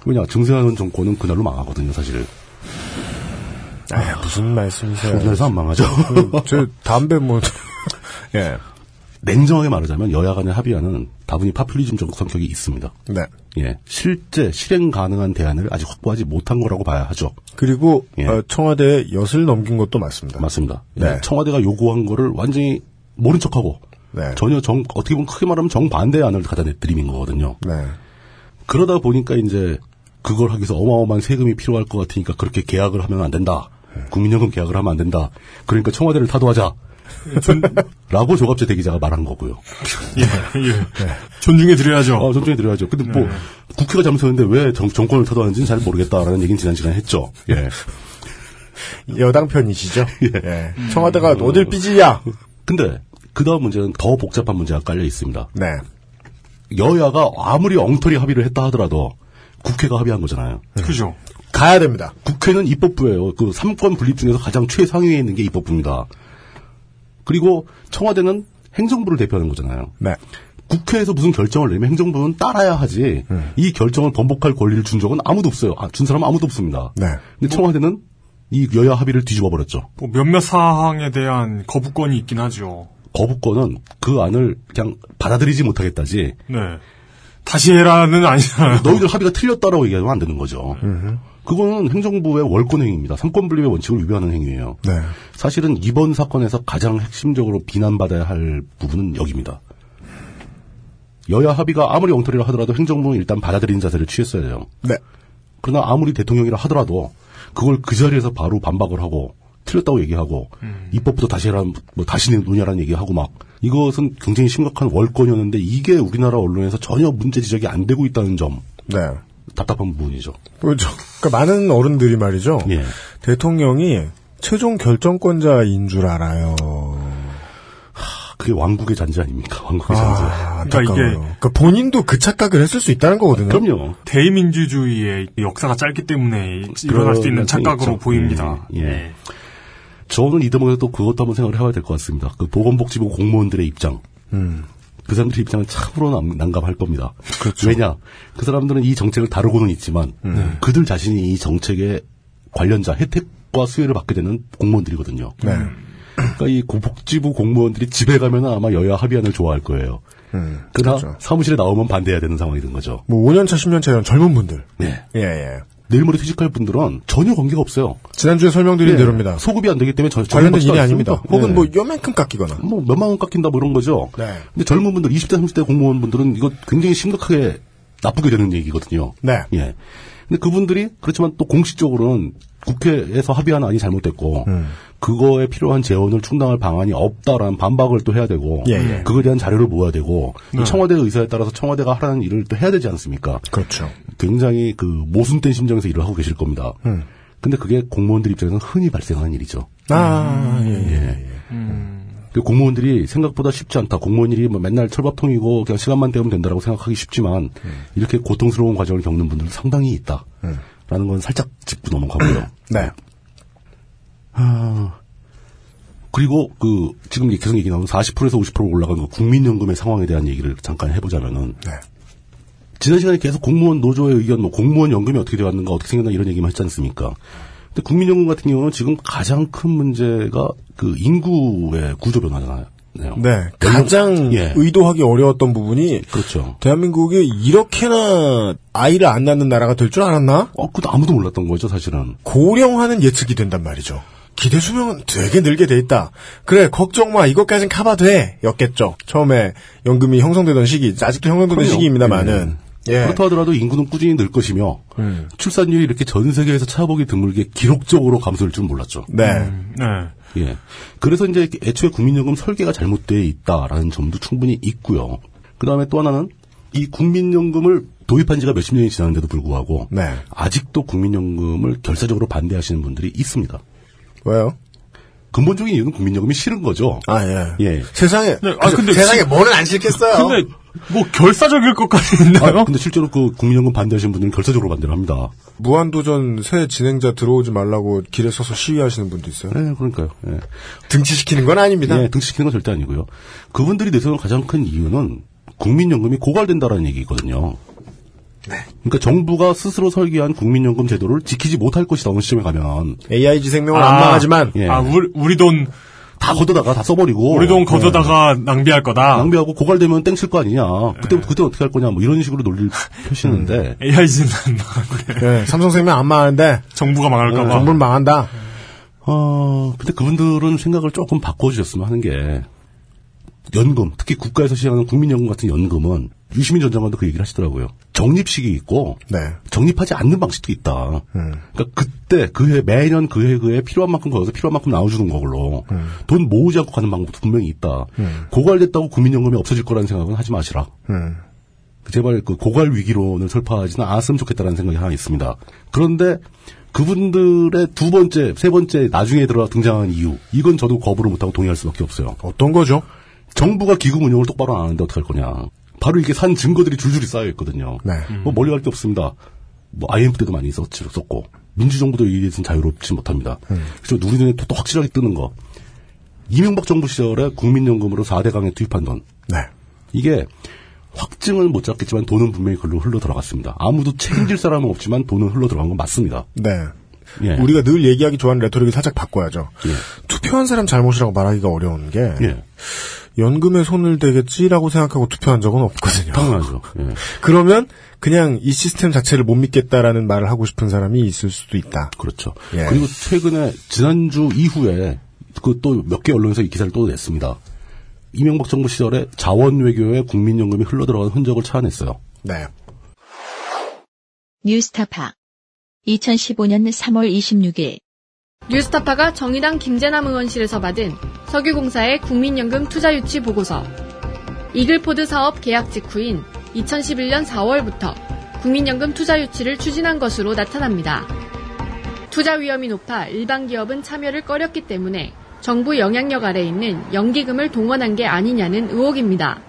왜냐 증세하는 정권은 그날로 망하거든요, 사실. 아, 무슨 말씀이세요? 그날서 안 망하죠. 저 담배 뭐 예. 냉정하게 말하자면 여야 간의 합의안은 다분히 파퓰리즘적 성격이 있습니다. 네. 예, 실제 실행 가능한 대안을 아직 확보하지 못한 거라고 봐야 하죠. 그리고 예. 어, 청와대에 엿을 넘긴 것도 맞습니다. 맞습니다. 예, 네. 청와대가 요구한 거를 완전히 모른 척하고 네. 전혀 정 어떻게 보면 크게 말하면 정반대의 안을 갖다 내드림인 거거든요. 네. 그러다 보니까 이제 그걸 하기 위해서 어마어마한 세금이 필요할 것 같으니까 그렇게 계약을 하면 안 된다. 네. 국민연금 계약을 하면 안 된다. 그러니까 청와대를 타도하자. 라고 조갑재 대기자가 말한 거고요. 예, 예. 존중해 드려야죠. 아, 존중해 드려야죠. 근데 네. 뭐, 국회가 잘못했는데 왜 정, 정권을 타도하는지는 잘 모르겠다라는 얘기는 지난 시간에 했죠. 예. 여당 편이시죠? 예. 청와대가 어딜 삐지야? 근데, 그 다음 문제는 더 복잡한 문제가 깔려 있습니다. 네. 여야가 아무리 엉터리 합의를 했다 하더라도 국회가 합의한 거잖아요. 그죠. 가야 됩니다. 국회는 입법부예요. 그 삼권 분립 중에서 가장 최상위에 있는 게 입법부입니다. 그리고 청와대는 행정부를 대표하는 거잖아요. 네. 국회에서 무슨 결정을 내면 행정부는 따라야 하지. 이 결정을 번복할 권리를 준 적은 아무도 없어요. 아, 준 사람 은 아무도 없습니다. 네. 근데 청와대는 이 여야 합의를 뒤집어 버렸죠. 뭐 몇몇 사항에 대한 거부권이 있긴 하죠. 거부권은 그 안을 그냥 받아들이지 못하겠다지. 네. 다시 해라는 아니잖아요. 너희들 합의가 틀렸다라고 얘기하면 안 되는 거죠. 그거는 행정부의 월권 행위입니다. 삼권 분립의 원칙을 위배하는 행위예요. 네. 사실은 이번 사건에서 가장 핵심적으로 비난받아야 할 부분은 여기입니다. 여야 합의가 아무리 엉터리라 하더라도 행정부는 일단 받아들이는 자세를 취했어야 돼요. 네. 그러나 아무리 대통령이라 하더라도 그걸 그 자리에서 바로 반박을 하고 틀렸다고 얘기하고 입법부터 다시 해라 뭐 다시 논의하라는 얘기하고 막 이것은 굉장히 심각한 월권이었는데 이게 우리나라 언론에서 전혀 문제 지적이 안 되고 있다는 점 네. 답답한 부분이죠. 그렇죠. 그러니까 많은 어른들이 말이죠. 예. 대통령이 최종 결정권자인 줄 알아요. 그게 왕국의 잔재 아닙니까? 왕국의 잔재. 아, 그러니까 이게- 안타까워요. 그러니까 본인도 그 착각을 했을 수 있다는 거거든요. 그럼요. 대의민주주의의 역사가 짧기 때문에 일어날 수 있는 그런 착각으로 있죠. 보입니다. 네. 예, 예. 저는 이 대목에서 또 그것도 한번 생각을 해봐야 될 것 같습니다. 그 보건복지부 공무원들의 입장. 그 사람들의 입장은 참으로 남- 난감할 겁니다. 왜냐? 그 사람들은 이 정책을 다루고는 있지만 네. 그들 자신이 이 정책의 관련자 혜택과 수혜를 받게 되는 공무원들이거든요. 그러니까 이 복지부 공무원들이 집에 가면 아마 여야 합의안을 좋아할 거예요. 음, 그러나 사무실에 나오면 반대해야 되는 상황이 된 거죠. 뭐 5년차, 10년차 이런 젊은 분들. 네. 예, 예. 내일모레 퇴직할 분들은 전혀 관계가 없어요. 지난주에 설명드린 예, 대로입니다. 소급이 안 되기 때문에 전 네. 관련된 전혀 일이 받지도 아닙니다. 않습니다. 혹은 예. 뭐 요만큼 깎이거나. 뭐 몇만 원 깎인다 뭐 이런 거죠. 네. 근데 젊은 분들, 20대, 30대 공무원분들은 이거 굉장히 심각하게 나쁘게 되는 얘기거든요. 네. 예. 근데 그분들이 그렇지만 또 공식적으로는 국회에서 합의한 안이 잘못됐고 음. 그거에 필요한 재원을 충당할 방안이 없다라는 반박을 또 해야 되고 예, 음. 예. 그거에 대한 자료를 모아야 되고 이 청와대 의사에 따라서 청와대가 하라는 일을 또 해야 되지 않습니까? 그렇죠. 굉장히 그 모순된 심정에서 일을 하고 계실 겁니다. 근데 그게 공무원들 입장에서는 흔히 발생하는 일이죠. 아, 예, 예. 그 공무원들이 생각보다 쉽지 않다. 공무원 일이 뭐 맨날 철밥통이고 그냥 시간만 때우면 된다라고 생각하기 쉽지만 이렇게 고통스러운 과정을 겪는 분들도 상당히 있다. 라는 건 살짝 짚고 넘어가고요. 네. 그리고 그 지금 이게 계속 얘기 나오는 40%에서 50% 올라간 그 국민연금의 상황에 대한 얘기를 잠깐 해보자면은 네. 지난 시간에 계속 공무원 노조의 의견, 뭐 공무원 연금이 어떻게 되어 왔는가, 어떻게 생겼나 이런 얘기만 했지 않습니까? 근데 국민연금 같은 경우는 지금 가장 큰 문제가 그 인구의 구조 변화잖아요. 네. 가장 예. 의도하기 어려웠던 부분이 그렇죠. 대한민국이 이렇게나 아이를 안 낳는 나라가 될 줄 알았나? 어, 그것도 아무도 몰랐던 거죠, 사실은. 고령화는 예측이 된단 말이죠. 기대 수명은 되게 늘게 돼 있다. 그래, 걱정 마. 이것까진 커버 돼. 였겠죠. 처음에 연금이 형성되던 시기, 아직도 형성되던 그럼요. 네. 시기입니다만은. 예. 음. 그렇다 하더라도 인구는 꾸준히 늘 것이며 출산율이 이렇게 전 세계에서 차보기 드물게 기록적으로 감소할 줄 몰랐죠. 네. 네. 예. 그래서 이제 애초에 국민연금 설계가 잘못되어 있다라는 점도 충분히 있고요. 그 다음에 또 하나는 이 국민연금을 도입한 지가 몇십 년이 지났는데도 불구하고 네. 아직도 국민연금을 결사적으로 반대하시는 분들이 있습니다. 왜요? 근본적인 이유는 국민연금이 싫은 거죠. 아, 예. 예. 세상에. 네, 아, 근데 세상에 뭐는 안 싫겠어요. 근데 뭐 결사적일 것까지 아, 있나요? 근데 실제로 그 국민연금 반대하시는 분들은 결사적으로 반대를 합니다. 무한도전 새 진행자 들어오지 말라고 길에 서서 시위하시는 분도 있어요. 네, 그러니까요. 예. 등치시키는 건 아닙니다. 예, 등치시키는 건 절대 아니고요. 그분들이 내세우는 가장 큰 이유는 국민연금이 고갈된다라는 얘기거든요. 그러니까 정부가 스스로 설계한 국민연금 제도를 지키지 못할 것이다 어느 시점에 가면 AIG 생명은 아. 안 망하지만 예. 아, 우리, 우리 돈, 다 걷어다가 다 써버리고 우리 돈 예. 거저다가 낭비할 거다. 낭비하고 고갈되면 땡칠 거 아니냐 그때 그때 어떻게 할 거냐 뭐 이런 식으로 논리를 펴시는데 AI는 안 나가고 예, 삼성생명 안 망하는데 정부가 네, 망할까봐. 정부는 망한다. 어, 근데 그분들은 생각을 조금 바꿔주셨으면 하는 게, 연금, 특히 국가에서 시행하는 국민연금 같은 연금은, 유시민 전 장관도 그 얘기를 하시더라고요. 적립식이 있고, 네. 적립하지 않는 방식도 있다. 그러니까 그때, 그 해, 매년 그 해, 그 해 필요한 만큼 거어서 필요한 만큼 나눠주는 걸로, 돈 모으지 않고 가는 방법도 분명히 있다. 고갈됐다고 국민연금이 없어질 거라는 생각은 하지 마시라. 음, 제발 그 고갈 위기론을 설파하지는 않았으면 좋겠다라는 생각이 하나 있습니다. 그런데 그분들의 두 번째, 세 번째 나중에 들어 등장한 이유 이건 저도 거부를 못하고 동의할 수밖에 없어요. 어떤 거죠? 정부가 기금 운영을 똑바로 안 하는데 어떡할 거냐. 바로 이게 산 증거들이 줄줄이 쌓여 있거든요. 네. 뭐 멀리 갈 게 없습니다. 뭐 IMF 때도 많이 썼- 썼고 민주정부도 이에 대해서는 자유롭지 못합니다. 그래서 우리 눈에 또, 또 확실하게 뜨는 거. 이명박 정부 시절에 국민연금으로 4대 강에 투입한 돈. 네. 이게 확증은 못 잡겠지만 돈은 분명히 글로 흘러 들어갔습니다. 아무도 책임질 사람은 없지만 돈은 흘러 들어간 건 맞습니다. 네. 예. 우리가 늘 얘기하기 좋아하는 레토릭을 살짝 바꿔야죠. 예. 투표한 사람 잘못이라고 말하기가 어려운 게 예. 연금에 손을 대겠지라고 생각하고 투표한 적은 없거든요. 당연하죠. 예. 그러면 그냥 이 시스템 자체를 못 믿겠다라는 말을 하고 싶은 사람이 있을 수도 있다. 그렇죠. 예. 그리고 최근에 지난주 이후에 그 또 몇 개 언론에서 이 기사를 또 냈습니다. 이명박 정부 시절에 자원 외교에 국민연금이 흘러 들어간 흔적을 찾아냈어요. 네. 뉴스타파 2015년 3월 26일 뉴스타파가 정의당 김재남 의원실에서 받은 석유공사의 국민연금 투자 유치 보고서. 이글포드 사업 계약 직후인 2011년 4월부터 국민연금 투자 유치를 추진한 것으로 나타납니다. 투자 위험이 높아 일반 기업은 참여를 꺼렸기 때문에 정부 영향력 아래 있는 연기금을 동원한 게 아니냐는 의혹입니다.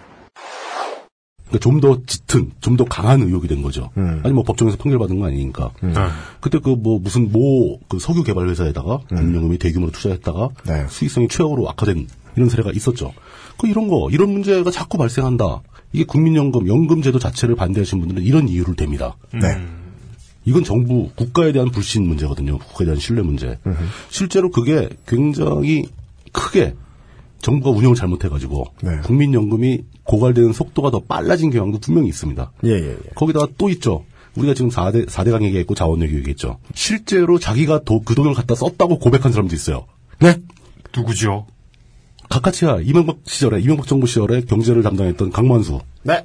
그러니까 좀 더 짙은, 좀 더 강한 의혹이 된 거죠. 아니 뭐 법정에서 판결받은 거 아니니까. 그때 그 뭐 무슨 모 그 석유 개발 회사에다가 국민연금이 대규모로 투자했다가 네. 수익성이 최악으로 악화된 이런 사례가 있었죠. 그 이런 거 이런 문제가 자꾸 발생한다. 이게 국민연금 연금제도 자체를 반대하시는 분들은 이런 이유를 댑니다. 네. 이건 정부 국가에 대한 불신 문제거든요. 국가에 대한 신뢰 문제. 실제로 그게 굉장히 크게 정부가 운영을 잘못해가지고 네. 국민연금이 고갈되는 속도가 더 빨라진 경향도 분명히 있습니다. 예, 예, 예. 거기다가 또 있죠. 우리가 지금 4대, 4대강 얘기했고 자원외교 얘기했죠. 실제로 자기가 도- 그 돈을 갖다 썼다고 고백한 사람도 있어요. 네? 누구죠? 가카치야 이명박 시절에 이명박 정부 시절에 경제를 담당했던 강만수 네.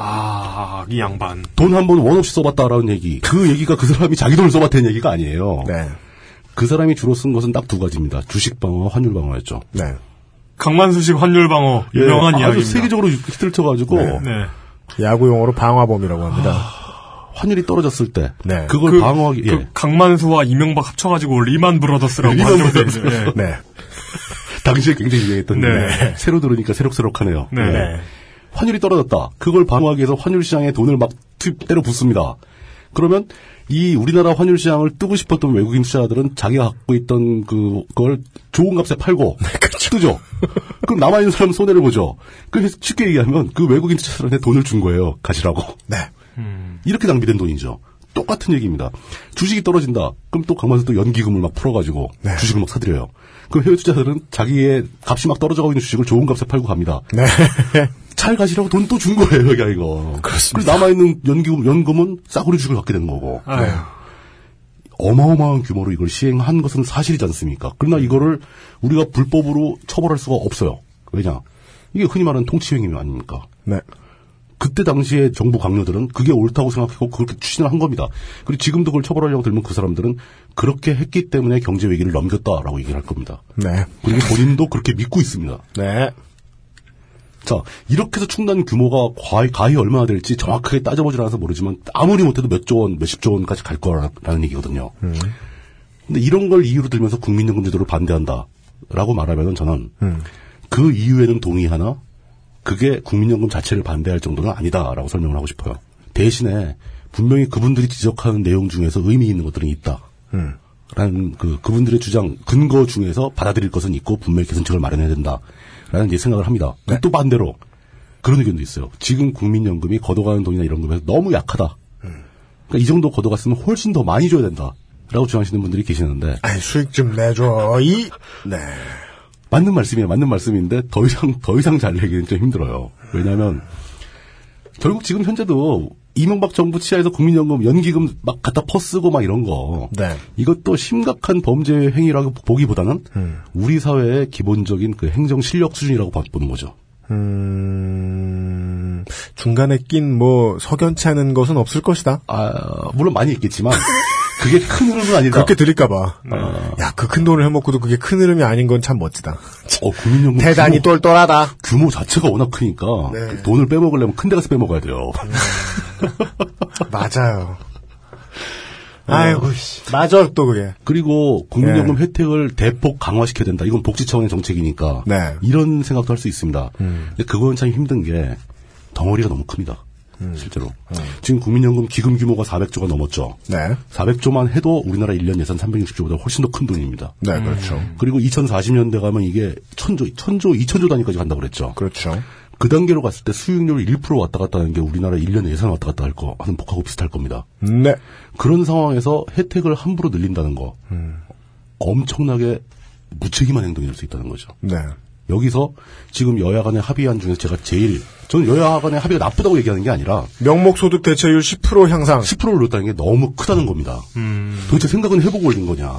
아, 이 양반. 돈 한 번 원 없이 써봤다라는 얘기 그 얘기가 그 사람이 자기 돈을 써봤다는 얘기가 아니에요. 네. 그 사람이 주로 쓴 것은 딱 두 가지입니다. 주식 방어와 환율 방어였죠. 네. 강만수식 환율 방어 유명한 예, 아주 이야기입니다. 세계적으로 히트를 쳐가지고 네. 야구 용어로 방화범이라고 합니다. 환율이 떨어졌을 때 네. 그걸 그- 방어하기 그 예. 강만수와 이명박 합쳐가지고 리만 브라더스라고 리만 만들어낸- 브라더스. 예. 네. 당시에 굉장히 유행했던 네. 네. 새로 들으니까 새록새록하네요. 네. 예. 환율이 떨어졌다. 그걸 방어하기 위해서 환율 시장에 돈을 막 투입 때려 붓습니다. 그러면 이 우리나라 환율 시장을 뜨고 싶었던 외국인 투자자들은 자기가 갖고 있던 그- 그걸 좋은 값에 팔고 뜨죠. 그럼 남아 있는 사람 손해를 보죠. 그래서 쉽게 얘기하면 그 외국인 투자자한테 돈을 준 거예요. 가시라고. 네. 이렇게 낭비된 돈이죠. 똑같은 얘기입니다. 주식이 떨어진다. 그럼 또 강만수 또 연기금을 막 풀어가지고 주식을 막 사들여요. 그럼 해외 투자자들은 자기의 값이 막 떨어져가고 있는 주식을 좋은 값에 팔고 갑니다. 네. 잘 가시라고 돈 또 준 거예요, 여기가 이거. 그렇습니다. 남아있는 연기금, 연금은 싸구려 주식을 갖게 된 거고. 네. 아유, 어마어마한 규모로 이걸 시행한 것은 사실이지 않습니까? 그러나 이거를 우리가 불법으로 처벌할 수가 없어요. 왜냐? 이게 흔히 말하는 통치행위 아닙니까? 네. 그때 당시에 정부 강요들은 그게 옳다고 생각했고 그렇게 추진을 한 겁니다. 그리고 지금도 그걸 처벌하려고 들면 그 사람들은 그렇게 했기 때문에 경제 위기를 넘겼다라고 얘기를 할 겁니다. 네. 그리고 본인도 그렇게 믿고 있습니다. 네. 자, 이렇게 해서 충당 규모가 과히, 과히 얼마나 될지 정확하게 따져보질 않아서 모르지만 아무리 못해도 몇조 원, 몇십조 원까지 갈 거라는 얘기거든요. 근데 이런 걸 이유로 들면서 국민연금 제도를 반대한다. 라고 말하면 저는 그 이유에는 동의하나 그게 국민연금 자체를 반대할 정도는 아니다라고 설명을 하고 싶어요. 대신에 분명히 그분들이 지적하는 내용 중에서 의미 있는 것들은 있다. 라는 그 그분들의 주장 근거 중에서 받아들일 것은 있고 분명히 개선책을 마련해야 된다라는 이제 생각을 합니다. 근데 또 반대로 그런 의견도 있어요. 지금 국민연금이 걷어가는 돈이나 이런 거에서 너무 약하다. 그러니까 이 정도 걷어갔으면 훨씬 더 많이 줘야 된다라고 주장하시는 분들이 계시는데 아이, 수익 좀 내줘, 이. 네. 맞는 말씀이에요. 맞는 말씀인데 더 이상 더 이상 잘 내기는 좀 힘들어요. 왜냐하면 결국 지금 현재도 이명박 정부 치하에서 국민연금 연기금 막 갖다 퍼쓰고 막 이런 거 네. 이것도 심각한 범죄 행위라고 보기보다는 우리 사회의 기본적인 그 행정 실력 수준이라고 봐- 보는 거죠. 음, 중간에 낀 뭐, 석연치 않은 것은 없을 것이다. 아 물론 많이 있겠지만 그게 큰 흐름은 아니다. 그렇게 드릴까봐. 야, 그 큰 돈을 해먹고도 그게 큰 흐름이 아닌 건 참 멋지다. 어, 국민연금 대단히 규모, 뭐 똘똘하다. 규모 자체가 워낙 크니까 그 네. 돈을 빼먹으려면 큰 데 가서 빼먹어야 돼요. 맞아요. 아이고, 씨. 맞아, 또 그게. 그리고 네. 국민연금 혜택을 대폭 강화시켜야 된다. 이건 복지 차원의 정책이니까 네. 음. 이런 생각도 할 수 있습니다. 근데 그건 참 힘든 게 덩어리가 너무 큽니다. 음. 실제로 지금 국민연금 기금 규모가 400조가 넘었죠. 네. 400조만 해도 우리나라 1년 예산 360조보다 훨씬 더 큰 돈입니다. 네, 그렇죠. 그리고 2040년대 가면 이게 천조, 천조, 2천조 단위까지 간다고 그랬죠. 그렇죠. 그 단계로 갔을 때 수익률 1% 왔다 갔다 하는 게 우리나라 1년 예산 왔다 갔다 할 거 하는 폭하고 비슷할 겁니다. 네. 그런 상황에서 혜택을 함부로 늘린다는 거 음. 엄청나게 무책임한 행동이 될 수 있다는 거죠. 네. 여기서 지금 여야 간의 합의안 중에서 제가 제일 저는 여야 간의 합의가 나쁘다고 얘기하는 게 아니라 명목 소득 대체율 10% 향상. 10%를 넣었다는 게 너무 크다는 겁니다. 음. 도대체 생각은 해보고 올린 거냐.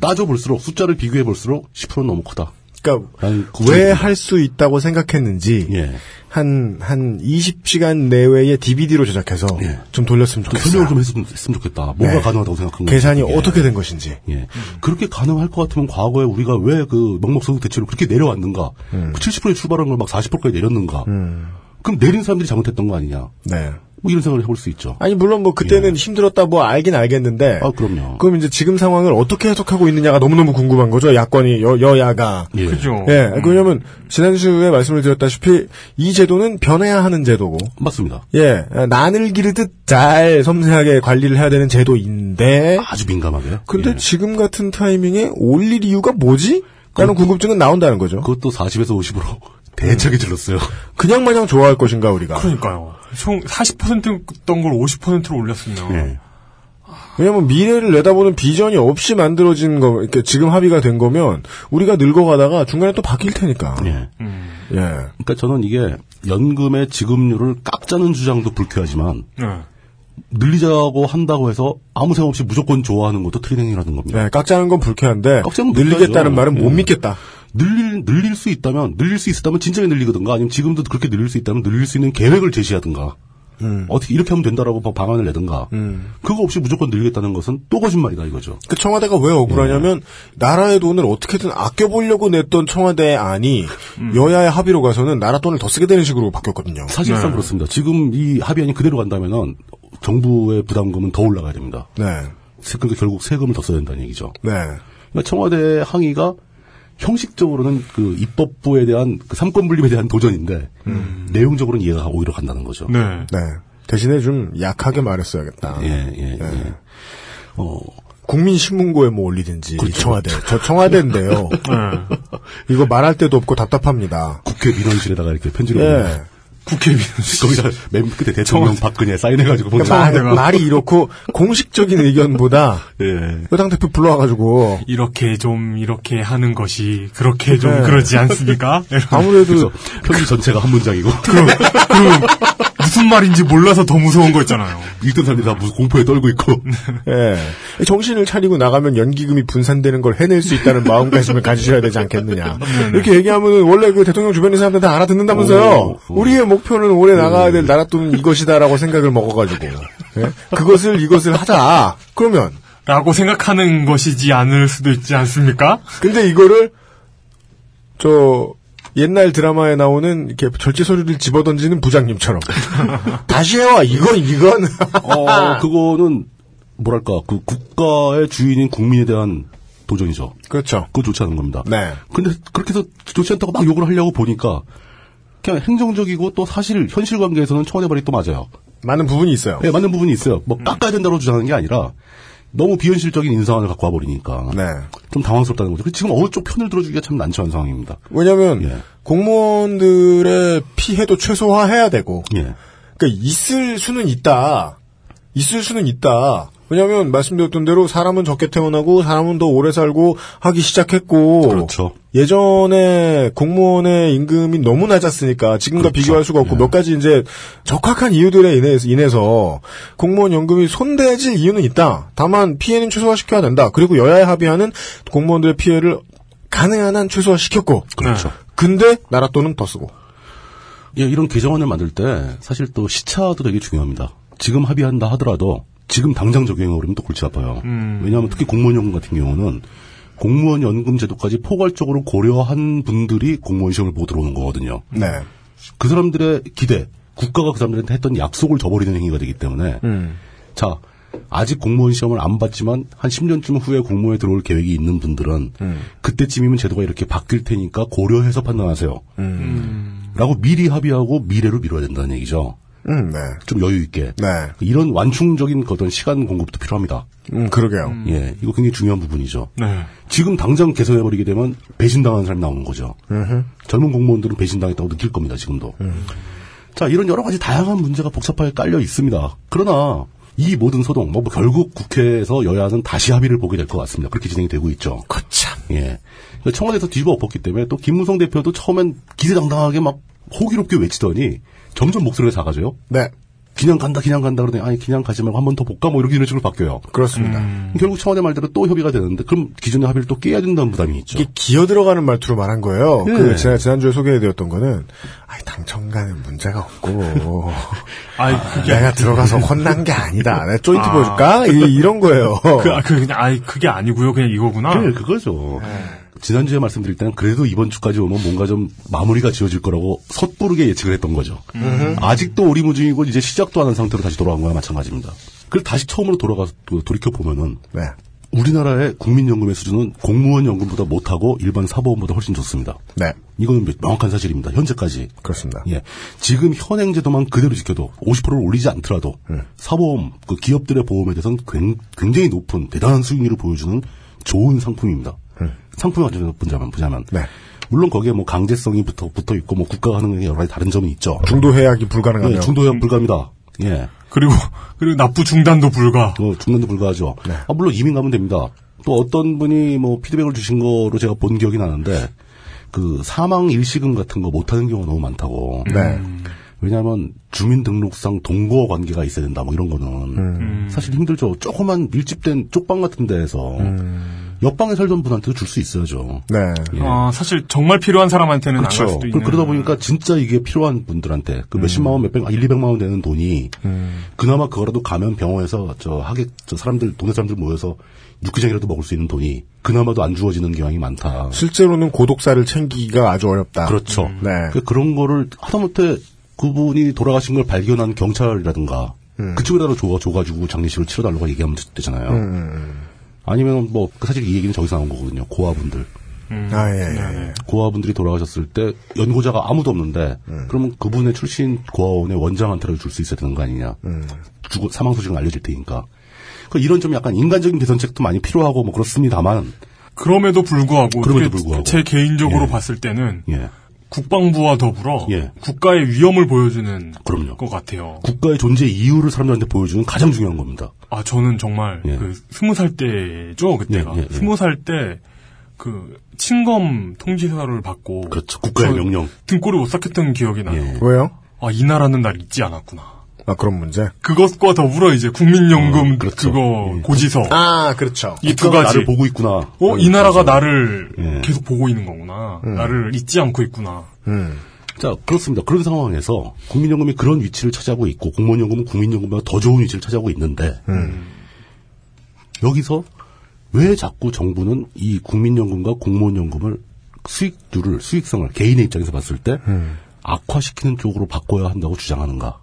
따져볼수록 숫자를 비교해볼수록 10%는 너무 크다. 그러니까 아니, 왜 할 수 있다고 생각했는지 예. 한, 한 20시간 내외에 DVD로 제작해서 예. 좀 돌렸으면 설명을 좋겠어요. 좀 했으면, 했으면 좋겠다. 뭐가 네. 가능하다고 생각한 거예요. 계산이 어떻게 된 것인지. 예. 그렇게 가능할 것 같으면 과거에 우리가 왜 그 명목소득 대출을 그렇게 내려왔는가? 음. 그 70%에 출발한 걸 막 40%까지 내렸는가? 그럼 내린 사람들이 잘못했던 거 아니냐? 네. 뭐 이런 생각을 해볼 수 있죠. 아니 물론 뭐 그때는 힘들었다 뭐 알긴 알겠는데 예. 아, 그럼요. 그럼 이제 지금 상황을 어떻게 해석하고 있느냐가 너무너무 궁금한 거죠 야권이 여, 여야가 예. 그죠. 예 왜냐면 지난주에 말씀을 드렸다시피 이 제도는 변해야 하는 제도고 맞습니다. 예 난을 기르듯 잘 섬세하게 관리를 해야 되는 제도인데 아주 민감하게요. 근데 예. 지금 같은 타이밍에 올릴 이유가 뭐지? 라는 궁금증은 나온다는 거죠 그 그것도 40에서 50으로 대차게 질렀어요. 그냥 마냥 좋아할 것인가 우리가 그러니까요. 총 40%였던 걸 50%로 음. 올렸으면. 예. 왜냐면 미래를 내다보는 비전이 없이 만들어진 거, 그러니까 지금 합의가 된 거면 우리가 늙어가다가 중간에 또 바뀔 테니까. 예. 예. 그러니까 저는 이게 연금의 지급률을 깎자는 주장도 불쾌하지만 네. 늘리자고 한다고 해서 아무 생각 없이 무조건 좋아하는 것도 트리닝이라는 겁니다. 네, 깍자는 건 불쾌한데 깍자는 늘리겠다는 불쾌하죠. 말은 못 예. 믿겠다. 늘릴, 늘릴 수 있다면, 늘릴 수 있다면 진작에 늘리거든가, 아니면 지금도 그렇게 늘릴 수 있다면 늘릴 수 있는 계획을 제시하든가, 어떻게 이렇게 하면 된다라고 뭐 방- 방안을 내든가, 그거 없이 무조건 늘리겠다는 것은 또 거짓말이다 이거죠. 그 청와대가 왜 음. 억울하냐면 나라의 돈을 어떻게든 아껴보려고 냈던 청와대의 안이 여야의 합의로 가서는 나라 돈을 더 쓰게 되는 식으로 바뀌었거든요. 음. 사실상 그렇습니다. 지금 이 합의안이 그대로 간다면은 정부의 부담금은 더 올라가야 됩니다. 네, 그러니까 결국 세금을 더 써야 된다는 얘기죠. 네, 그러니까 청와대 항의가 형식적으로는 그 입법부에 대한 그 삼권 분립에 대한 도전인데 내용적으로는 이해가 오히려 간다는 거죠. 네. 네. 대신에 좀 약하게 말했어야겠다. 예, 예, 예. 어, 국민신문고에 뭐 올리든지 이 청와대 저 청와대인데요. 네. 이거 말할 데도 없고 답답합니다. 국회 민원실에다가 이렇게 편지를 예. 보내 국회 민원실 거기다 맨 끝에 대통령 박근혜 사인해가지고 보내. 그러니까 말, 말이 이렇고 공식적인 의견보다 예. 여당 대표 불러와가지고 이렇게 좀 이렇게 하는 것이 그렇게 좀 네. 그러지 않습니까? 아무래도 편지 전체가 한 문장이고 무슨 말인지 몰라서 더 무서운 거 있잖아요. 읽던 사람들이 다 무슨 공포에 떨고 있고 네. 예. 정신을 차리고 나가면 연기금이 분산되는 걸 해낼 수 있다는 마음가짐을 가지셔야 되지 않겠느냐. 이렇게 얘기하면 원래 그 대통령 주변에 있는 사람들 다 알아듣는다면서요. 오, 네. 오. 우리의 목표는 올해 나가야 될 나라 돈은 이것이다라고 생각을 먹어가지고 예? 그것을 이것을 하자. 그러면 라고 생각하는 것이지 않을 수도 있지 않습니까? 근데 이거를 저 옛날 드라마에 나오는 이렇게 절제 서류를 집어던지는 부장님처럼 다시 해와 이건 이건 어, 그거는 뭐랄까 그 국가의 주인인 국민에 대한 도전이죠. 그렇죠. 그거 좋지 않은 겁니다. 네. 근데 그렇게 해서 좋지 않다고 막 욕을 하려고 보니까 그냥 행정적이고 또 사실 현실 관계에서는 청와대 발이 또 맞아요. 많은 부분이 있어요. 예, 맞는 부분이 있어요. 음. 뭐 깎아야 된다고 주장하는 게 아니라 너무 비현실적인 인상을 갖고 와버리니까 네. 좀 당황스럽다는 거죠. 지금 어느 쪽 편을 들어주기가 참 난처한 상황입니다. 왜냐하면 예. 공무원들의 피해도 최소화해야 되고 예. 그러니까 있을 수는 있다. 있을 수는 있다. 왜냐하면 말씀드렸던 대로 사람은 적게 태어나고 사람은 더 오래 살고 하기 시작했고 그렇죠. 예전에 공무원의 임금이 너무 낮았으니까 지금과 그렇죠. 비교할 수가 예. 없고 몇 가지 이제 적확한 이유들에 인해서, 인해서 공무원 연금이 손대질 이유는 있다. 다만 피해는 최소화시켜야 된다. 그리고 여야의 합의하는 공무원들의 피해를 가능한 한 최소화시켰고 그렇죠. 근데 나라 돈은 더 쓰고 예, 이런 개정안을 만들 때 사실 또 시차도 되게 중요합니다. 지금 합의한다 하더라도 지금 당장 적용해버리면 또 골치 아파요. 왜냐하면 특히 공무원 연금 같은 경우는 공무원 연금 제도까지 포괄적으로 고려한 분들이 공무원 시험을 보고 들어오는 거거든요. 네. 그 사람들의 기대, 국가가 그 사람들한테 했던 약속을 저버리는 행위가 되기 때문에 자 아직 공무원 시험을 안 봤지만 한 10년쯤 후에 공무원에 들어올 계획이 있는 분들은 그때쯤이면 제도가 이렇게 바뀔 테니까 고려해서 판단하세요. 라고 미리 합의하고 미래로 미뤄야 된다는 얘기죠. 음, 네. 좀 여유 있게. 네. 이런 완충적인 어떤 시간 공급도 필요합니다. 음, 그러게요. 예, 이거 굉장히 중요한 부분이죠. 네. 지금 당장 개선해버리게 되면 배신당하는 사람이 나오는 거죠. 젊은 공무원들은 배신당했다고 느낄 겁니다, 지금도. 자, 이런 여러 가지 다양한 문제가 복잡하게 깔려 있습니다. 그러나, 이 모든 소동, 뭐, 뭐 결국 국회에서 여야는 다시 합의를 보게 될 것 같습니다. 그렇게 진행이 되고 있죠. 거참. 예. 그러니까 청와대에서 뒤집어 엎었기 때문에 또 김무성 대표도 처음엔 기세당당하게 막 호기롭게 외치더니 점점 목소리가 작아져요. 네. 그냥 간다, 그냥 간다 그러더니 아니, 그냥 가지 말고 한 번 더 볼까? 뭐 이런 이런 식으로 바뀌어요. 그렇습니다. 결국 청와대 말대로 또 협의가 되는데 그럼 기존의 합의를 또 깨야 된다는 부담이 있죠. 이게 기어 들어가는 말투로 말한 거예요. 예. 그 제가 지난주에 소개해드렸던 거는 아이 당첨가는 문제가 없고 아이, 그게, 내가 들어가서 혼난 게 아니다. 내가 조인트 보여줄까? 이, 런 거예요. 그, 아, 그, 그냥, 아이, 그게 아니고요 그냥 이거구나. 네, 그거죠. 지난주에 말씀드릴 때는 그래도 이번 주까지 오면 뭔가 좀 마무리가 지어질 거라고 섣부르게 예측을 했던 거죠. 아직도 오리무중이고 이제 시작도 안 한 상태로 다시 돌아간 거와 마찬가지입니다. 그걸 다시 처음으로 돌아가서 그 돌이켜 보면은 네. 우리나라의 국민연금의 수준은 공무원 연금보다 못하고 일반 사보험보다 훨씬 좋습니다. 네. 이거는 명확한 사실입니다. 현재까지. 그렇습니다. 예. 지금 현행 제도만 그대로 지켜도 50%를 올리지 않더라도 사보험 그 기업들의 보험에 대해서는 굉- 굉장히 높은 대단한 수익률을 보여주는 좋은 상품입니다. 상품이 완전 분자만 보자면 네. 물론 거기에 뭐 강제성이 붙어 붙어 있고 뭐 국가가 하는 게 여러 가지 다른 점이 있죠. 중도 해약이 불가능하네요. 예, 중도형 불가입니다. 예. 그리고, 그리고 납부 중단도 불가. 어, 중간도 불가하죠. 아, 물론 이민 가면 됩니다. 또 어떤 분이 뭐 피드백을 주신 거로 제가 본 기억이 나는데 그 사망 일시금 같은 거 못하는 경우가 너무 많다고. 네. 왜냐하면 주민등록상 동거 관계가 있어야 된다 뭐 이런 거는 음. 사실 힘들죠. 조그만 밀집된 쪽방 같은 데에서 옆방에 살던 분한테도 줄 수 있어야죠. 네. 예. 아, 사실 정말 필요한 사람한테는 안 갈 그쵸. 수도 그, 있는. 그러다 보니까 진짜 이게 필요한 분들한테 그 몇십만 원, 몇백, 아, 일, 이백만 원 되는 돈이 음. 그나마 그거라도 가면 병원에서 저 하객, 저 사람들, 동네 사람들 모여서 육개장이라도 먹을 수 있는 돈이 그나마도 안 주어지는 경향이 많다. 실제로는 고독사를 챙기기가 아주 어렵다. 그렇죠. 네. 그 그런 거를 하다못해 그분이 돌아가신 걸 발견한 경찰이라든가 음. 그쪽에다가 줘, 줘가지고 장례식을 치러달라고 얘기하면 되잖아요. 음. 아니면 뭐 사실 이 얘기는 저기서 나온 거거든요. 고아분들. 아, 예, 예. 고아분들이 돌아가셨을 때 연고자가 아무도 없는데 그러면 그분의 출신 고아원의 원장한테라도 줄 수 있어야 되는 거 아니냐. 죽 사망 소식은 알려질 테니까. 그 이런 좀 약간 인간적인 개선책도 많이 필요하고 뭐 그렇습니다만 그럼에도 불구하고, 그럼에도 그게 불구하고. 제 개인적으로 예. 봤을 때는 예 국방부와 더불어 예. 국가의 위험을 보여주는 그럼요. 것 같아요. 국가의 존재 이유를 사람들한테 보여주는 가장 중요한 겁니다. 아 저는 정말 예. 그 스무 살 때죠 그때가 예, 예, 예. 스무 살 때 그 친검 통지서를 받고 그렇죠. 국가의 저 명령. 등골이 오싹했던 기억이 나요. 예. 왜요? 아 이 나라는 날 잊지 않았구나. 아, 그런 문제? 그것과 더불어 이제 국민연금 음, 그렇죠. 그거 예. 고지서 아, 그렇죠. 이 두 국가가 가지 나를 음. 보고 있구나. 어 이 나라가 나를 예. 계속 보고 있는 거구나. 나를 잊지 않고 있구나. 음. 자 그렇습니다. 그런 상황에서 국민연금이 그런 위치를 차지하고 있고 공무원연금은 국민연금보다 더 좋은 위치를 차지하고 있는데 여기서 왜 자꾸 정부는 이 국민연금과 공무원연금을 수익률을 수익성을 개인의 입장에서 봤을 때 음. 악화시키는 쪽으로 바꿔야 한다고 주장하는가?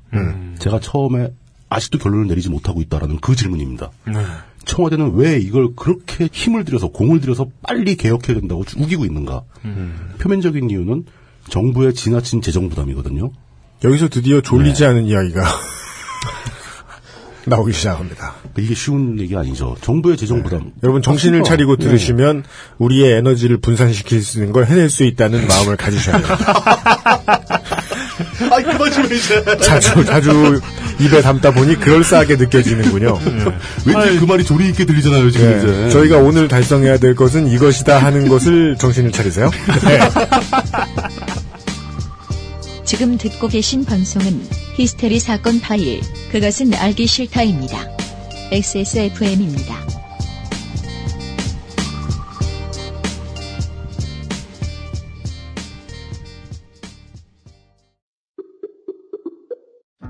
제가 처음에 아직도 결론을 내리지 못하고 있다라는 그 질문입니다. 네. 청와대는 왜 이걸 그렇게 힘을 들여서 공을 들여서 빨리 개혁해야 된다고 주- 우기고 있는가? 음. 표면적인 이유는 정부의 지나친 재정 부담이거든요. 여기서 드디어 졸리지 않은 이야기가 나오기 시작합니다. 이게 쉬운 얘기 아니죠. 정부의 재정 부담. 여러분 정신을 그러니까, 차리고 네. 들으시면 우리의 에너지를 분산시킬 수 있는 걸 해낼 수 있다는 마음을 가지셔야 합니다. 아, 그만 좀 이제. 자주 자주 입에 담다 보니 그럴싸하게 느껴지는군요. 왠지 그 말이 조리 있게 들리잖아요, 지금 네. 이제. 저희가 오늘 달성해야 될 것은 이것이다 하는 것을 정신을 차리세요. 지금 듣고 계신 방송은 히스테리 사건 파일, 그것은 알기 싫다입니다. XSFM입니다.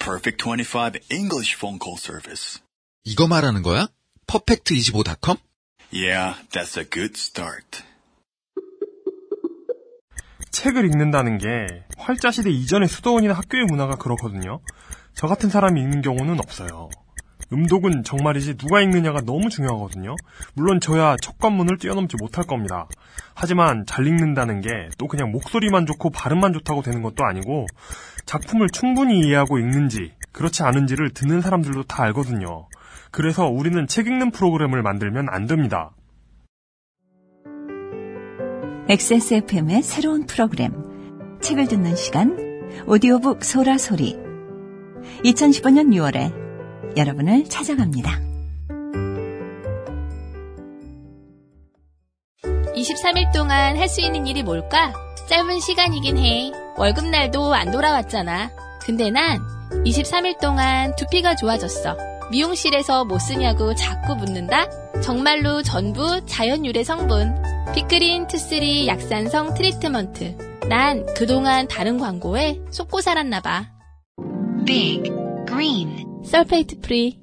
Perfect 25 English phone call service. 이거 말하는 거야? 퍼펙트25.com? Yeah, that's a good start. 책을 읽는다는 게 활자시대 이전의 수도원이나 학교의 문화가 그렇거든요. 저 같은 사람이 읽는 경우는 없어요. 음독은 정말이지 누가 읽느냐가 너무 중요하거든요. 물론 저야 첫 관문을 뛰어넘지 못할 겁니다. 하지만 잘 읽는다는 게 또 그냥 목소리만 좋고 발음만 좋다고 되는 것도 아니고 작품을 충분히 이해하고 읽는지 그렇지 않은지를 듣는 사람들도 다 알거든요. 그래서 우리는 책 읽는 프로그램을 만들면 안 됩니다. XSFM의 새로운 프로그램 책을 듣는 시간 오디오북 소라 소리 2015년 6월에 여러분을 찾아갑니다. 23일 동안 할 수 있는 일이 뭘까? 짧은 시간이긴 해. 월급날도 안 돌아왔잖아. 근데 난 23일 동안 두피가 좋아졌어. 미용실에서 뭐 쓰냐고 자꾸 묻는다? 정말로 전부 자연 유래 성분. 피크린 투쓰리 약산성 트리트먼트. 난 그동안 다른 광고에 속고 살았나봐. Big Green. 설페이트 프리.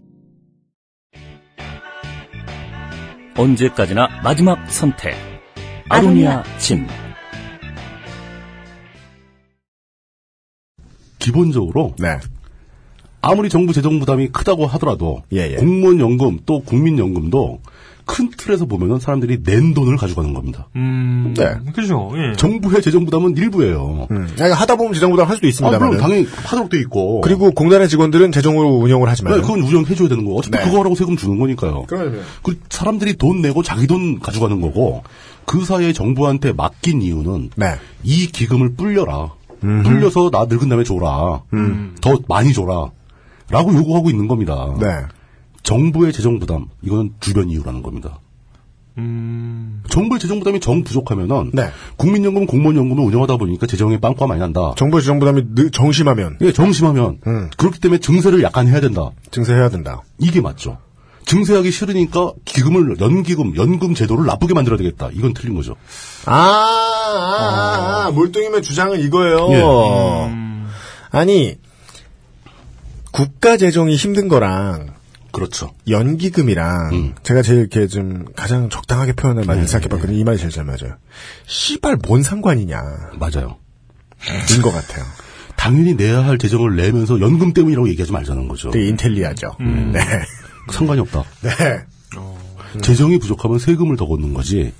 언제까지나 마지막 선택. 아로니아 진. 기본적으로 네. 아무리 정부 재정 부담이 크다고 하더라도 예, 예. 공무원 연금 또 국민 연금도 큰 틀에서 보면은 사람들이 낸 돈을 가져가는 겁니다. 음, 네. 그죠. 예. 정부의 재정 부담은 음. 일부예요. 하다 보면 재정 부담 할 수도 아, 있습니다만. 그럼 당연히 하도록 돼 있고. 음. 뭐. 그리고 공단의 직원들은 재정으로 운영을 하지만. 네, 그건 운영해줘야 되는 거고. 어차피 그거라고 세금 주는 거니까요. 네. 그러면 그 사람들이 돈 내고 자기 돈 가져가는 거고 그 사이에 정부한테 맡긴 이유는 네. 이 기금을 불려라. 불려서 나 늙은 다음에 줘라. 더 많이 줘라. 라고 요구하고 있는 겁니다. 네. 정부의 재정 부담 이거는 주변 이유라는 겁니다. 정부의 재정 부담이 정 부족하면은 국민연금 공무원연금을 운영하다 보니까 네. 재정에 빵꾸가 많이 난다. 정부의 재정 부담이 정심하면 예 정심하면 그렇기 때문에 증세를 약간 해야 된다. 증세해야 된다. 이게 맞죠. 증세하기 싫으니까 기금을 연기금 연금 제도를 나쁘게 만들어야 되겠다. 이건 틀린 거죠. 아, 아, 몰뚱이면 주장은 이거예요. 예. 아니, 국가 재정이 힘든 거랑, 그렇죠. 연기금이랑, 제가 제일 이렇게 좀 가장 적당하게 표현을 많이 생각해봤거든요. 이 말이 제일 잘 맞아요. 씨발, 뭔 상관이냐. 맞아요. 인 것 같아요. 당연히 내야 할 재정을 내면서 연금 때문이라고 얘기하지 말자는 거죠. 되게 인텔리하죠. 네. 상관이 없다. 네. 재정이 부족하면 세금을 더 걷는 거지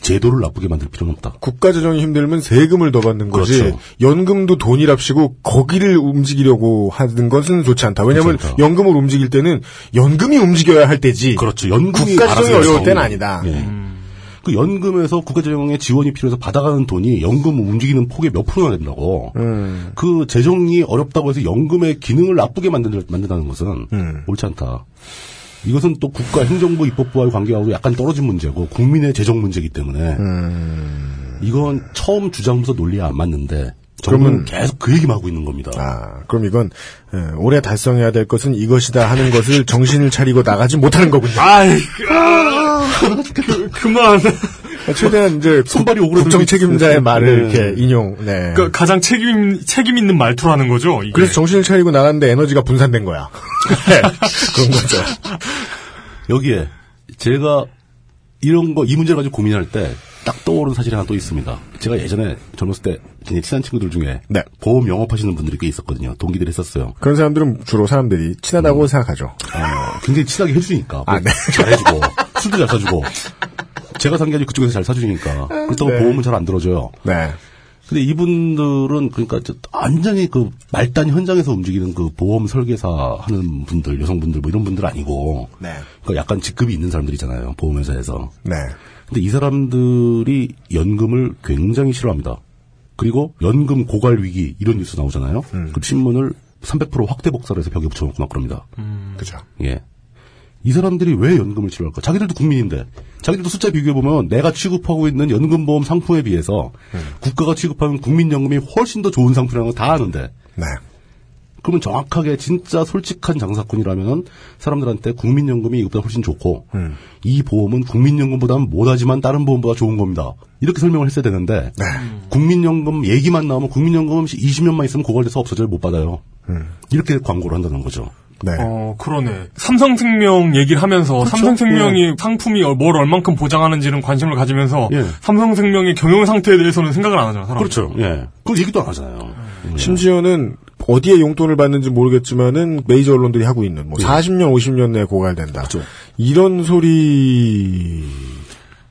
제도를 나쁘게 만들 필요는 없다. 국가 재정이 힘들면 세금을 더 받는 거지. 그렇죠. 연금도 돈이랍시고 거기를 움직이려고 하는 것은 좋지 않다. 왜냐하면 좋지 않다. 연금을 움직일 때는 연금이 움직여야 할 때지. 그렇죠. 연금이 국가 재정이 알아서 어려울 때는 나오는. 아니다. 예. 그 연금에서 국가재정의 지원이 필요해서 받아가는 돈이 연금 움직이는 폭의 몇 프로나 된다고. 그 재정이 어렵다고 해서 연금의 기능을 나쁘게 만든, 만든다는 것은 옳지 않다. 이것은 또 국가 행정부 입법부와의 관계하고 약간 떨어진 문제고 국민의 재정 문제이기 때문에 이건 처음 주장부터 논리에 안 맞는데 그러면- 정부는 계속 그 얘기만 하고 있는 겁니다. 아, 그럼 이건 예, 올해 달성해야 될 것은 이것이다 하는 것을 정신을 차리고 나가지 못하는 거군요. 아이, 그, 그만. 아, 최대한 이제 손발이 국- 오그라들고 국정 책임자의 있- 말을 네. 이렇게 인용. 네. 그렇죠. 그러니까 가장 책임, 책임 있는 말투라는 거죠. 이게. 그래서 정신을 차리고 나갔는데 에너지가 분산된 거야. 네, 그런 거죠. 여기에 제가 이런 거 이 문제를 가지고 고민할 때 딱 떠오르는 사실이 하나 또 있습니다. 제가 예전에 젊었을 때 굉장히 친한 친구들 중에 네. 보험 영업하시는 분들이 꽤 있었거든요. 동기들이 했었어요. 그런 사람들은 주로 사람들이 친하다고 음. 생각하죠. 어, 굉장히 친하게 해주니까 아, 네. 잘해주고 술도 잘 사주고 제가 산 게 아니고 그쪽에서 잘 사주니까 그렇다고 네. 보험은 잘 안 들어줘요. 네. 근데 이분들은 그러니까 저 완전히 그 말단 현장에서 움직이는 그 보험 설계사 하는 분들 여성분들 뭐 이런 분들 아니고 네. 그러니까 약간 직급이 있는 사람들이잖아요 보험회사에서. 네. 근데 이 사람들이 연금을 굉장히 싫어합니다. 그리고 연금 고갈 위기 이런 뉴스 나오잖아요. 그럼 신문을 300% 확대 복사를 해서 벽에 붙여놓고 막 그럽니다. 그죠. 예. 이 사람들이 왜 연금을 싫어할까? 자기들도 국민인데. 자기들도 숫자 비교해보면 내가 취급하고 있는 연금보험 상품에 비해서 국가가 취급하는 국민연금이 훨씬 더 좋은 상품이라는 걸 다 아는데. 네. 그러면 정확하게 진짜 솔직한 장사꾼이라면 사람들한테 국민연금이 이것보다 훨씬 좋고 이 보험은 국민연금보다는 못하지만 다른 보험보다 좋은 겁니다. 이렇게 설명을 했어야 되는데 네. 국민연금 얘기만 나오면 국민연금 20년만 있으면 고갈돼서 없어져요. 못 받아요. 이렇게 광고를 한다는 거죠. 네. 어, 그러네. 삼성생명 얘기를 하면서 삼성생명이 상품이 뭘 얼만큼 보장하는지는 관심을 가지면서 예. 삼성생명의 경영 상태에 대해서는 생각을 안 하잖아. 사람. 그렇죠. 음. 예. 그 얘기도 안 하잖아요. 예. 심지어는 어디에 용돈을 받는지 모르겠지만은 메이저 언론들이 하고 있는 뭐 40년, 50년 내에 고갈된다. 이런 소리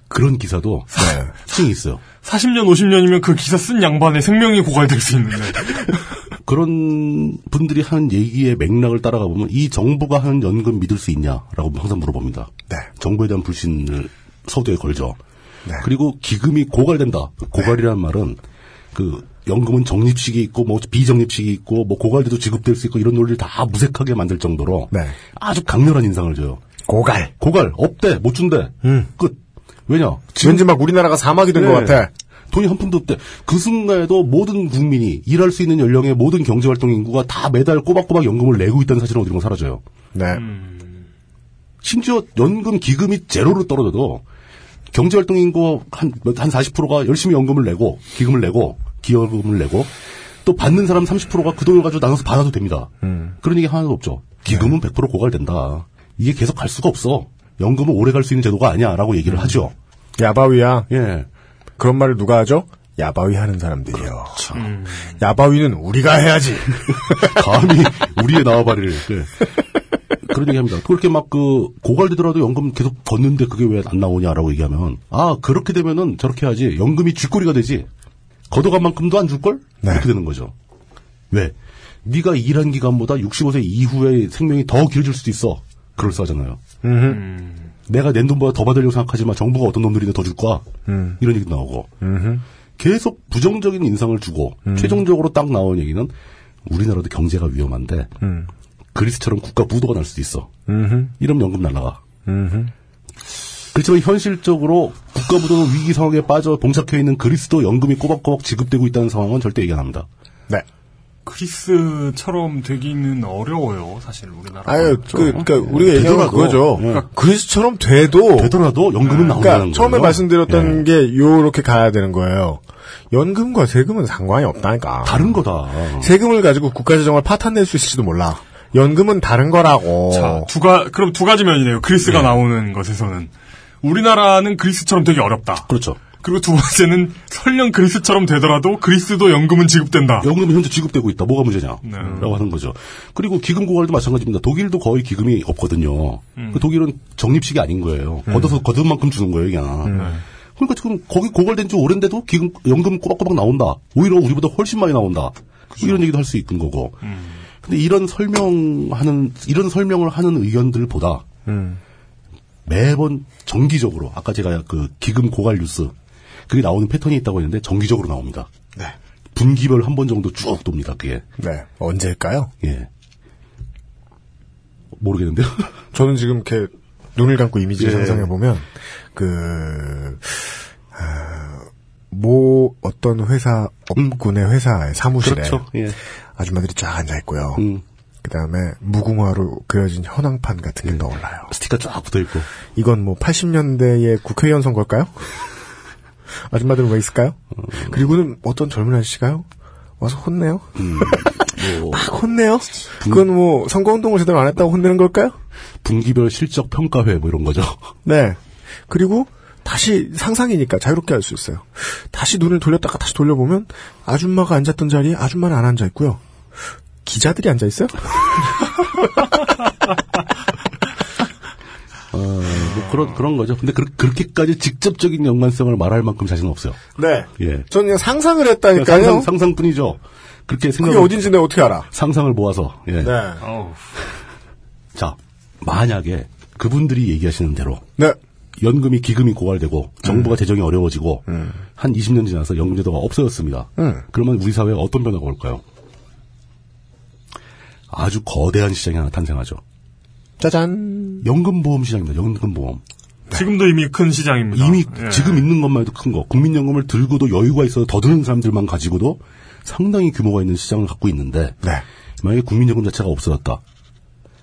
그런 기사도 특징이 있어요. 40년, 50년이면 그 기사 쓴 양반의 생명이 고갈될 수 있는데. 그런 분들이 하는 얘기의 맥락을 따라가 보면 이 정부가 하는 연금 믿을 수 있냐라고 항상 물어봅니다. 네. 정부에 대한 불신을 서두에 걸죠. 그리고 기금이 고갈된다. 고갈이라는 말은 그 연금은 적립식이 있고 뭐 비적립식이 있고 뭐 고갈돼도 지급될 수 있고 이런 논리를 다 무색하게 만들 정도로 아주 강렬한 인상을 줘요. 고갈. 고갈 없대 못 준대. 끝. 왜냐? 왠지 막 우리나라가 사막이 된 것 같아. 돈이 한 푼도 없대. 그 순간에도 모든 국민이 일할 수 있는 연령의 모든 경제활동 인구가 다 매달 꼬박꼬박 연금을 내고 있다는 사실은 어디론가 사라져요. 네. 심지어 연금 기금이 제로로 떨어져도 경제활동 인구 한, 한 40%가 열심히 연금을 내고, 기금을 내고, 기여금을 내고, 또 받는 사람 30%가 그 돈을 가지고 나눠서 받아도 됩니다. 그런 얘기 하나도 없죠. 기금은 100% 고갈된다. 이게 계속 갈 수가 없어. 연금은 오래 갈 수 있는 제도가 아니야. 라고 얘기를 하죠. 야바위야. 예. 그런 말을 누가 하죠? 야바위 하는 사람들이요. 음. 야바위는 우리가 해야지. 감히 우리의 나와바리를. 네. 그런 얘기 합니다. 그렇게 막 그 고갈되더라도 연금 계속 걷는데 그게 왜 안 나오냐라고 얘기하면 아 그렇게 되면은 저렇게 하지 연금이 쥐꼬리가 되지 걷어간 만큼도 안 줄걸 네. 이렇게 되는 거죠. 왜? 네가 일한 기간보다 65세 이후에 생명이 더 길어질 수도 있어. 그럴싸하잖아요. 내가 낸 돈보다 더 받으려고 생각하지만 정부가 어떤 놈들인데 더 줄 거야. 음. 이런 얘기도 나오고. 계속 부정적인 인상을 주고 음. 최종적으로 딱 나온 얘기는 우리나라도 경제가 위험한데 음. 그리스처럼 국가 부도가 날 수도 있어. 음흠. 이러면 연금 날라가. 음흠. 그렇지만 현실적으로 국가 부도는 위기 상황에 빠져 봉착해 있는 그리스도 연금이 꼬박꼬박 지급되고 있다는 상황은 절대 얘기 안 합니다. 네. 그리스처럼 되기는 어려워요, 사실 우리나라. 아유, 그, 그니까, 우리가 얘기한 건 그거죠. 그러니까 그리스처럼 돼도. 되더라도 연금은 나온다는 어. 그러니까 처음에 거예요. 말씀드렸던 예. 게 요렇게 가야 되는 거예요. 연금과 세금은 상관이 없다니까. 다른 거다. 세금을 가지고 국가 재정을 파탄낼 수 있을지도 몰라. 연금은 다른 거라고. 자, 두가 그럼 두 가지 면이네요. 그리스가 나오는 것에서는 우리나라는 그리스처럼 되기 어렵다. 그렇죠. 그리고 두 번째는 설령 그리스처럼 되더라도 그리스도 연금은 지급된다. 연금은 현재 지급되고 있다. 뭐가 문제냐? 라고 하는 거죠. 그리고 기금 고갈도 마찬가지입니다. 독일도 거의 기금이 없거든요. 그 독일은 적립식이 아닌 거예요. 걷어서 걷은 만큼 주는 거예요, 그냥. 그러니까 지금 거기 고갈된 지 오랜데도 기금 연금 꼬박꼬박 나온다. 오히려 우리보다 훨씬 많이 나온다. 이런 얘기도 할 수 있는 거고. 근데 이런 설명하는 이런 설명을 하는 의견들보다 매번 정기적으로 아까 제가 그 기금 고갈 뉴스 그게 나오는 패턴이 있다고 했는데 정기적으로 나옵니다. 네. 분기별 한 번 정도 쭉 돕니다. 그게 네. 언제일까요? 예. 모르겠는데요. 저는 지금 이렇게 눈을 감고 이미지를 예. 상상해보면, 그, 아, 모 어떤 회사, 업군의 회사의 사무실에 그렇죠. 예. 아줌마들이 쫙 앉아있고요. 음. 그 다음에 무궁화로 그려진 현황판 같은 게 떠올라요. 스티커 쫙 붙어 있고. 이건 뭐 80년대의 국회의원 선거일까요? 아줌마들은 왜 있을까요? 그리고는 어떤 젊은 아저씨가요? 와서 혼내요? 막 혼내요? 그건 뭐 선거운동을 제대로 안 했다고 혼내는 걸까요? 분기별 실적 평가회 뭐 이런 거죠. 네. 그리고 다시 상상이니까 자유롭게 할 수 있어요. 다시 눈을 돌렸다가 다시 돌려보면 아줌마가 앉았던 자리에 아줌마는 안 앉아 있고요. 기자들이 앉아 있어요? 어, 뭐 그런 그런 거죠. 근데 그, 렇게까지 직접적인 연관성을 말할 만큼 자신은 없어요. 네. 예. 저는 그냥 상상을 그냥 했다니까요. 상상, 상상뿐이죠. 그렇게 생각 그게 어딘지 내가 어떻게 알아? 상상을 모아서 예. 네. 자 만약에 그분들이 얘기하시는 대로 네. 연금이 기금이 고갈되고 정부가 재정이 어려워지고 한 20년 지나서 연금제도가 없어졌습니다. 음. 그러면 우리 사회에 어떤 변화가 올까요? 아주 거대한 시장이 하나 탄생하죠. 짜잔. 연금보험 시장입니다. 연금보험. 지금도 이미 큰 시장입니다. 이미 예. 지금 있는 것만 해도 큰 거. 국민연금을 들고도 여유가 있어서 더 드는 사람들만 가지고도 상당히 규모가 있는 시장을 갖고 있는데 네. 만약에 국민연금 자체가 없어졌다.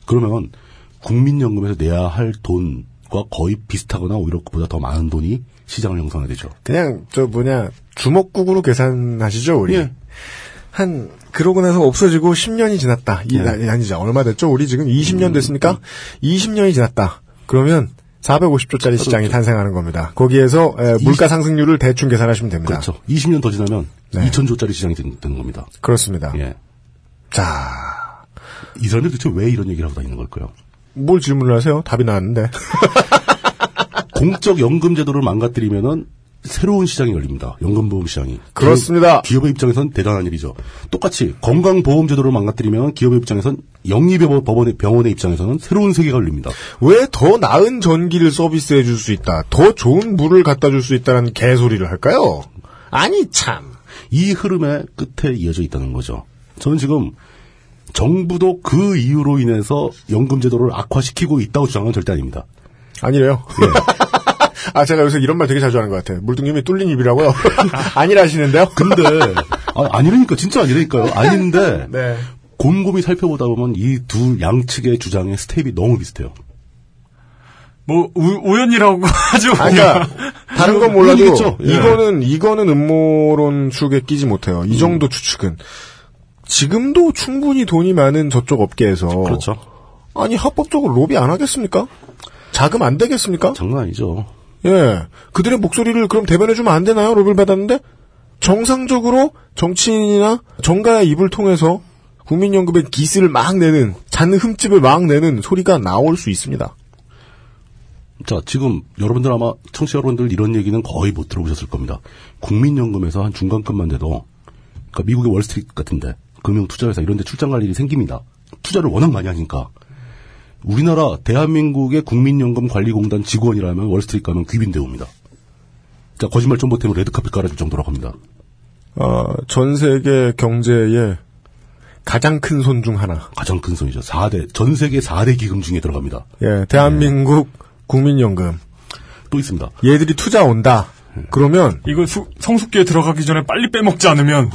그러면 국민연금에서 내야 할 돈과 거의 비슷하거나 오히려 그보다 더 많은 돈이 시장을 형성하게 되죠. 그냥 저 뭐냐 주먹국으로 계산하시죠 우리 예. 한 그러고 나서 없어지고 10년이 지났다 예. 이, 아- 아니죠 얼마 됐죠 우리 지금 음, 20년 됐습니까 20년이 지났다 그러면 450조짜리 그렇죠. 시장이 탄생하는 겁니다 거기에서 에, 물가 상승률을 대충 계산하시면 됩니다 그렇죠. 20년 더 지나면 네. 2천조짜리 시장이 된- 되는 겁니다. 그렇습니다 예. 자뭘 이 사람들 도대체 왜 이런 얘기를 하고 다니는 걸까요? 질문을 하세요 답이 나왔는데 공적 연금 제도를 망가뜨리면은 새로운 시장이 열립니다. 연금보험 시장이. 그렇습니다. 기업, 의 입장에선 대단한 일이죠. 똑같이 건강보험 제도를 망가뜨리면 기업의 입장에선 영리병원의 병원의 입장에서는 새로운 세계가 열립니다. 왜 더 나은 전기를 서비스해 줄 수 있다 더 좋은 물을 갖다 줄 수 있다라는 개소리를 할까요 아니 참 이 흐름의 끝에 이어져 있다는 거죠. 저는 지금 정부도 그 이유로 인해서 연금 제도를 악화시키고 있다고 주장하는 건 절대 아닙니다. 아니래요. 아, 제가 요새 이런 말 되게 자주 하는 것 같아요. 물등님이 뚫린 입이라고요? 아니라시는데요? 근데 아, 아니라니까 진짜 아니라니까요. 아닌데 네. 곰곰이 살펴보다 보면 이 두 양측의 주장의 스텝이 너무 비슷해요. 뭐 우, 연이라고 하죠. 아니, 그러니까, 다른 건 몰라도, 모르겠죠. 예. 이거는, 이거는 음모론 축에 끼지 못해요. 이 정도 추측은. 지금도 충분히 돈이 많은 저쪽 업계에서. 그렇죠. 아니, 합법적으로 로비 안 하겠습니까? 자금 안 되겠습니까? 장난 아니죠. 예. 그들의 목소리를 그럼 대변해주면 안 되나요? 로비를 받았는데? 정상적으로 정치인이나 정가의 입을 통해서 국민연금의 기스를 막 내는 잔 흠집을 막 내는 소리가 나올 수 있습니다. 자, 지금 여러분들 아마 청취자 여러분들 이런 얘기는 거의 못 들어보셨을 겁니다. 국민연금에서 한 중간급만 돼도 그러니까 미국의 월스트리트 같은데 금융투자회사 이런 데 출장 갈 일이 생깁니다. 투자를 워낙 많이 하니까 우리나라 대한민국의 국민연금관리공단 직원이라면 월스트리트 가면 귀빈대우입니다. 자, 거짓말 좀 보태면 레드카펫 깔아줄 정도라고 합니다. 아, 전 세계 경제에 가장 큰 손 중 하나. 가장 큰 손이죠. 4대, 전 세계 4대 기금 중에 들어갑니다. 예, 대한민국 국민연금. 또 있습니다. 얘들이 투자 온다. 그러면 이거 수- 성숙기에 들어가기 전에 빨리 빼먹지 않으면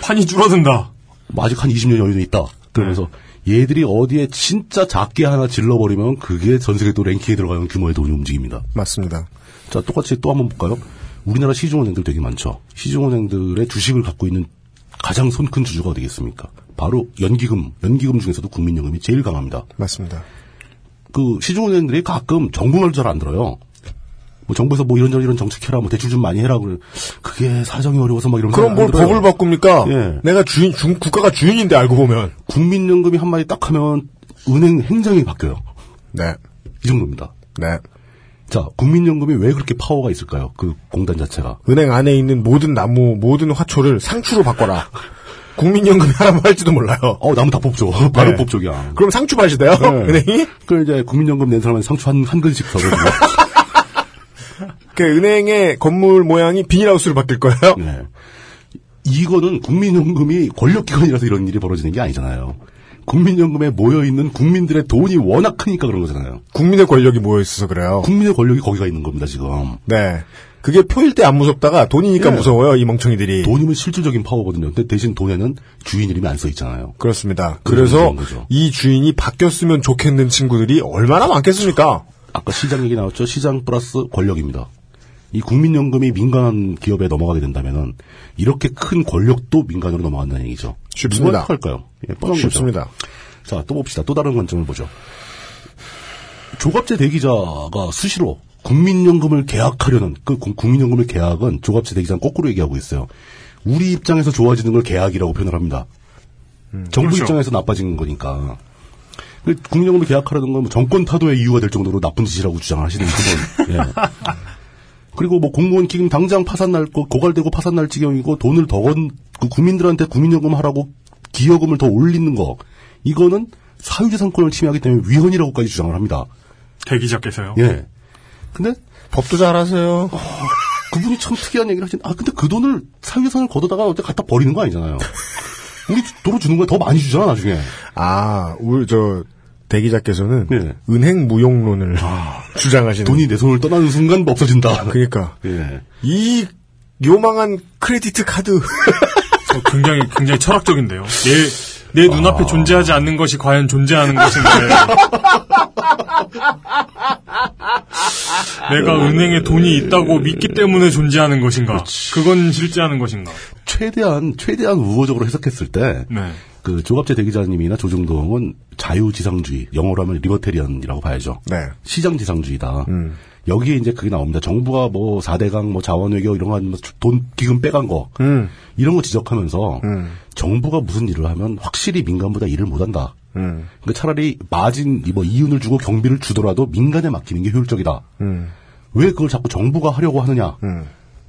판이 줄어든다. 뭐 아직 한 20년 여유는 있다. 그러면서 얘들이 어디에 진짜 작게 하나 질러버리면 그게 전 세계 또 랭킹에 들어가는 규모의 돈이 움직입니다. 맞습니다. 자, 똑같이 또 한번 볼까요? 우리나라 시중은행들 되게 많죠. 시중은행들의 주식을 갖고 있는 가장 손 큰 주주가 어디겠습니까? 바로 연기금, 연기금 중에서도 국민연금이 제일 강합니다. 맞습니다. 그 시중은행들이 가끔 정부 말도 잘 안 들어요. 뭐 정부에서 뭐 이런저런 이런 정책해라, 뭐 대출 좀 많이 해라, 그래. 그게 사정이 어려워서 막 이러면서. 그럼 안 뭘 들어요. 법을 바꿉니까? 예. 내가 주인, 중, 국가가 주인인데 알고 보면. 국민연금이 한마디 딱 하면 은행 행정이 바뀌어요. 네. 이 정도입니다. 네. 자, 국민연금이 왜 그렇게 파워가 있을까요? 그 공단 자체가. 은행 안에 있는 모든 나무, 모든 화초를 상추로 바꿔라. 국민연금이 하라고 할지도 몰라요. 어, 나무 다 뽑죠. 바로 네. 뽑쪽이야. 그럼 상추 밭이돼요 은행이? 그 이제 국민연금 낸 사람은 상추 한, 한 근씩 사고. 그 은행의 건물 모양이 비닐하우스로 바뀔 거예요? 네. 이거는 국민연금이 권력기관이라서 이런 일이 벌어지는 게 아니잖아요. 국민연금에 모여있는 국민들의 돈이 워낙 크니까 그런 거잖아요. 국민의 권력이 모여있어서 그래요. 국민의 권력이 거기가 있는 겁니다, 지금. 네. 그게 표일 때 안 무섭다가 돈이니까 예. 무서워요, 이 멍청이들이. 돈이면 실질적인 파워거든요. 근데 대신 돈에는 주인 이름이 안 써 있잖아요. 그렇습니다. 그런 그래서 거죠. 이 주인이 바뀌었으면 좋겠는 친구들이 얼마나 많겠습니까? 아까 시장 얘기 나왔죠. 시장 플러스 권력입니다. 이 국민연금이 민간 기업에 넘어가게 된다면은 이렇게 큰 권력도 민간으로 넘어간다는 얘기죠. 쉽습니다. 누가 할까요? 예, 뻔한 거죠. 쉽습니다. 자, 또 봅시다. 또 다른 관점을 보죠. 조갑제 대기자가 수시로 국민연금을 계약하려는 그 구- 국민연금의 계약은 조갑제 대기자는 거꾸로 얘기하고 있어요. 우리 입장에서 좋아지는 걸 계약이라고 표현을 합니다. 정부 그렇죠. 입장에서 나빠지는 거니까. 그 국민연금을 계약하려는 건뭐 정권 타도의 이유가 될 정도로 나쁜 짓이라고 주장하시는 그분. 예. 그리고 뭐 공무원 기금 당장 파산 날 거, 고갈되고 파산 날 지경이고 돈을 더건 그 국민들한테 국민연금 하라고 기여금을 더 올리는 거 이거는 사유재산권을 침해하기 때문에 위헌이라고까지 주장을 합니다. 대기자께서요. 예. 근데 법도 잘하세요. 그분이 참 특이한 얘기를 하시는. 아 근데 그 돈을 사유재산을 걷어다가 어디 갖다 버리는 거 아니잖아요. 우리 도로 주는 거야 더 많이 주잖아 나중에. 아, 우리 저 대기자께서는 예. 은행 무용론을 주장하시는. 돈이 내 손을 떠나는 순간 없어진다. 그러니까 예. 이 요망한 크레디트 카드 어, 굉장히 굉장히 철학적인데요. 내, 내 눈앞에 존재하지 않는 것이 과연 존재하는 것인데. 내가 은행에 돈이 있다고 믿기 때문에 존재하는 것인가? 그건 실제하는 것인가? 최대한 최대한 우호적으로 해석했을 때 네. 그 조갑재 대기자님이나 조중동은 자유지상주의, 영어로 하면 리버테리언이라고 봐야죠. 네. 시장지상주의다. 음. 여기에 이제 그게 나옵니다. 정부가 뭐 4대강, 뭐 자원외교 이런 거돈 기금 빼간 거 음. 이런 거 지적하면서 정부가 무슨 일을 하면 확실히 민간보다 일을 못한다. 음. 그러니까 차라리 마진 뭐 이윤을 주고 경비를 주더라도 민간에 맡기는 게 효율적이다. 음. 왜 그걸 자꾸 정부가 하려고 하느냐?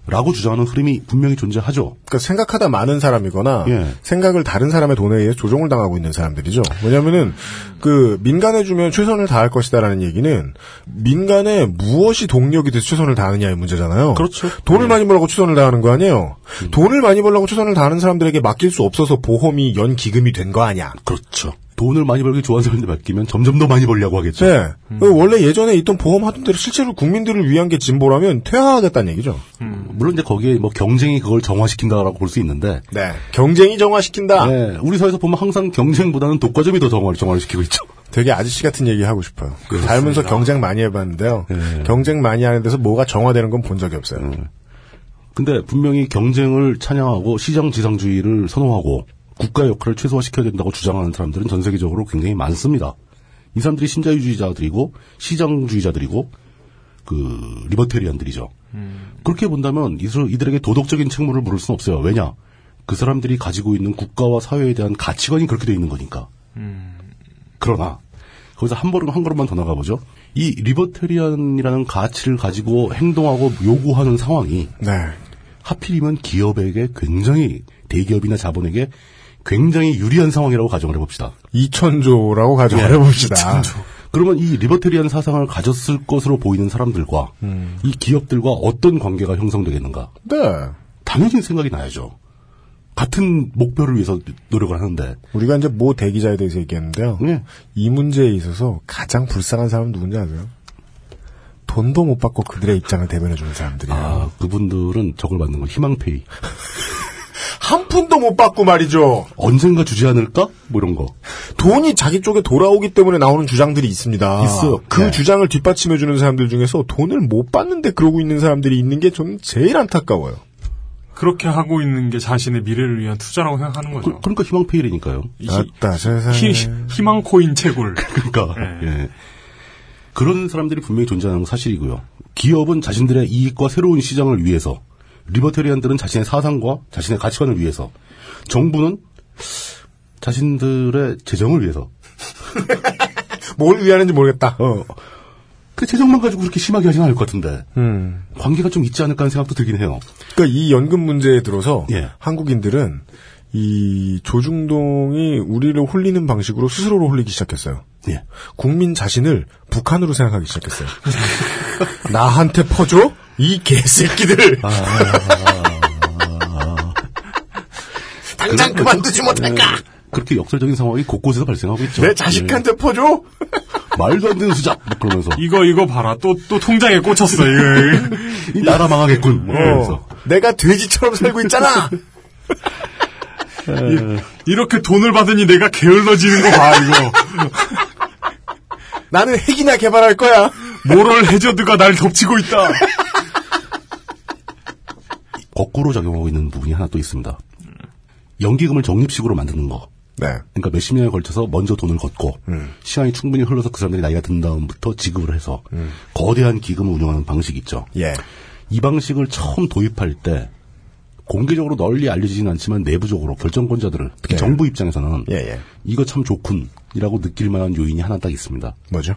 라고 주장하는 흐름이 분명히 존재하죠. 그러니까 생각하다 많은 사람이거나 예. 생각을 다른 사람의 돈에 의해 조종을 당하고 있는 사람들이죠. 왜냐면은 그 민간에 주면 최선을 다할 것이다라는 얘기는 민간에 무엇이 동력이 돼서 최선을 다하느냐의 문제잖아요. 그렇죠. 음. 돈을 많이 벌라고 최선을 다하는 거 아니에요. 돈을 많이 벌라고 최선을 다하는 사람들에게 맡길 수 없어서 보험이 연 기금이 된 거 아니야. 그렇죠. 돈을 많이 벌기 좋아하는 사람들 맡기면 점점 더 많이 벌려고 하겠죠. 네. 원래 예전에 있던 보험 하던 대로 실제로 국민들을 위한 게 진보라면 퇴화하겠다는 얘기죠. 물론 이제 거기에 뭐 경쟁이 그걸 정화시킨다라고 볼 수 있는데 네. 경쟁이 정화시킨다. 네, 우리 사회에서 보면 항상 경쟁보다는 독과점이 더 정화를 정화시키고 있죠. 되게 아저씨 같은 얘기 하고 싶어요. 살면서 경쟁 많이 해봤는데요. 네. 경쟁 많이 하는 데서 뭐가 정화되는 건 본 적이 없어요. 근데 분명히 경쟁을 찬양하고 시장 지상주의를 선호하고 국가의 역할을 최소화시켜야 된다고 주장하는 사람들은 전 세계적으로 굉장히 많습니다. 이 사람들이 신자유주의자들이고 시장주의자들이고 그 리버테리언들이죠. 그렇게 본다면 이들- 이들에게 도덕적인 책무를 물을 수는 없어요. 왜냐? 그 사람들이 가지고 있는 국가와 사회에 대한 가치관이 그렇게 돼 있는 거니까. 그러나 거기서 한 걸음 한 걸음만 더 나가보죠. 이 리버테리안이라는 가치를 가지고 행동하고 요구하는 상황이 네. 하필이면 기업에게 굉장히 대기업이나 자본에게 굉장히 유리한 상황이라고 가정을 해봅시다. 2천조라고 가정을 해봅시다. 그러면 이 리버테리안 사상을 가졌을 것으로 보이는 사람들과 음. 이 기업들과 어떤 관계가 형성되겠는가? 네. 당연히 생각이 나야죠. 같은 목표를 위해서 노력을 하는데 네. 우리가 이제 모 대기자에 대해서 얘기했는데요. 이 문제에 있어서 가장 불쌍한 사람은 누군지 아세요? 돈도 못 받고 그들의 입장을 대변해주는 사람들이에요. 아, 그분들은 저걸 받는 건 희망페이. 한 푼도 못 받고 말이죠. 언젠가 주지 않을까? 뭐 이런 거. 돈이 자기 쪽에 돌아오기 때문에 나오는 주장들이 있습니다. 있어요. 그 네. 주장을 뒷받침해주는 사람들 중에서 돈을 못 받는데 그러고 있는 사람들이 있는 게 저는 제일 안타까워요. 그렇게 하고 있는 게 자신의 미래를 위한 투자라고 생각하는 거죠. 그, 러니까 희망페이라니까요. 아따 세상에. 희, 희망 코인 채굴. 그러니까 예. 그런 사람들이 분명히 존재하는 건 사실이고요. 기업은 자신들의 이익과 새로운 시장을 위해서, 리버테리안들은 자신의 사상과 자신의 가치관을 위해서, 정부는 자신들의 재정을 위해서. 뭘 위하는지 모르겠다. 어. 그 재정만 가지고 그렇게 심하게 하진 않을 것 같은데. 관계가 좀 있지 않을까 하는 생각도 들긴 해요. 그러니까 이 연금 문제에 들어서 한국인들은 이 조중동이 우리를 홀리는 방식으로 스스로를 홀리기 시작했어요. 예. 국민 자신을 북한으로 생각하기 시작했어요. 나한테 퍼줘? 이 개새끼들! 아, 당장 그만두지 못할까? 예. 그렇게 역설적인 상황이 곳곳에서 발생하고 있죠. 네. 내 자식한테 퍼줘? 예. 말도 안 되는 수작! 막 그러면서. 이거 이거 봐라. 또 또 통장에 꽂혔어. 이거. 이 나라 망하겠군. 어. 네. 뭐 이러면서. 내가 돼지처럼 살고 있잖아. 이, 렇게 돈을 받으니 내가 게을러지는 거 봐, 이거. 나는 핵이나 개발할 거야. 모럴 해저드가 날 덮치고 있다. 거꾸로 작용하고 있는 부분이 하나 또 있습니다. 연기금을 적립식으로 만드는 거. 네. 그러니까 몇십 년에 걸쳐서 먼저 돈을 걷고 시간이 충분히 흘러서 그 사람들이 나이가 든 다음부터 지급을 해서 거대한 기금을 운영하는 방식이 있죠. 예. 이 방식을 처음 도입할 때 공개적으로 널리 알려지진 않지만 내부적으로 결정권자들을 특히 정부 입장에서는 이거 참 좋군이라고 느낄 만한 요인이 하나 딱 있습니다. 뭐죠?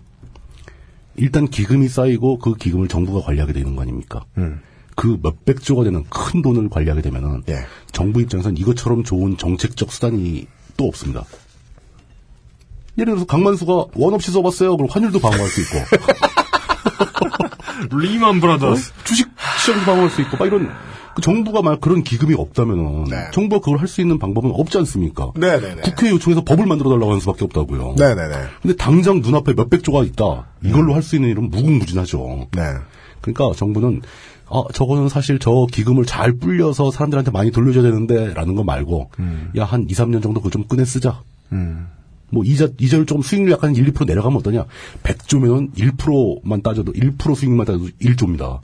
일단 기금이 쌓이고 그 기금을 정부가 관리하게 되는 거 아닙니까? 음. 그 몇백 조가 되는 큰 돈을 관리하게 되면은 예. 정부 입장에서는 이것처럼 좋은 정책적 수단이 또 없습니다. 예를 들어서 강만수가 원 없이 써봤어요. 그럼 환율도 방어할 수 있고 리만 브라더스. 어? 주식 시장도 방어할 수 있고 막 이런 그 정부가 말 그런 기금이 없다면은 정부가 그걸 할 수 있는 방법은 없지 않습니까? 네. 네네네. 국회 요청해서 법을 만들어 달라고 하는 수밖에 없다고요. 네네네. 음. 근데 당장 눈앞에 몇백 조가 있다. 이걸로 할 수 있는 일은 무궁무진하죠. 네. 그러니까 정부는 아 저거는 사실 저 기금을 잘 불려서 사람들한테 많이 돌려줘야 되는데라는 거 말고 야 한 2, 3년 정도 그거 좀 꺼내 쓰자. 뭐 이자 이자율 조금 수익률 약간 1, 2% 내려가면 어떠냐? 100조면은 1%만 따져도 1% 수익만 따져도 1조입니다.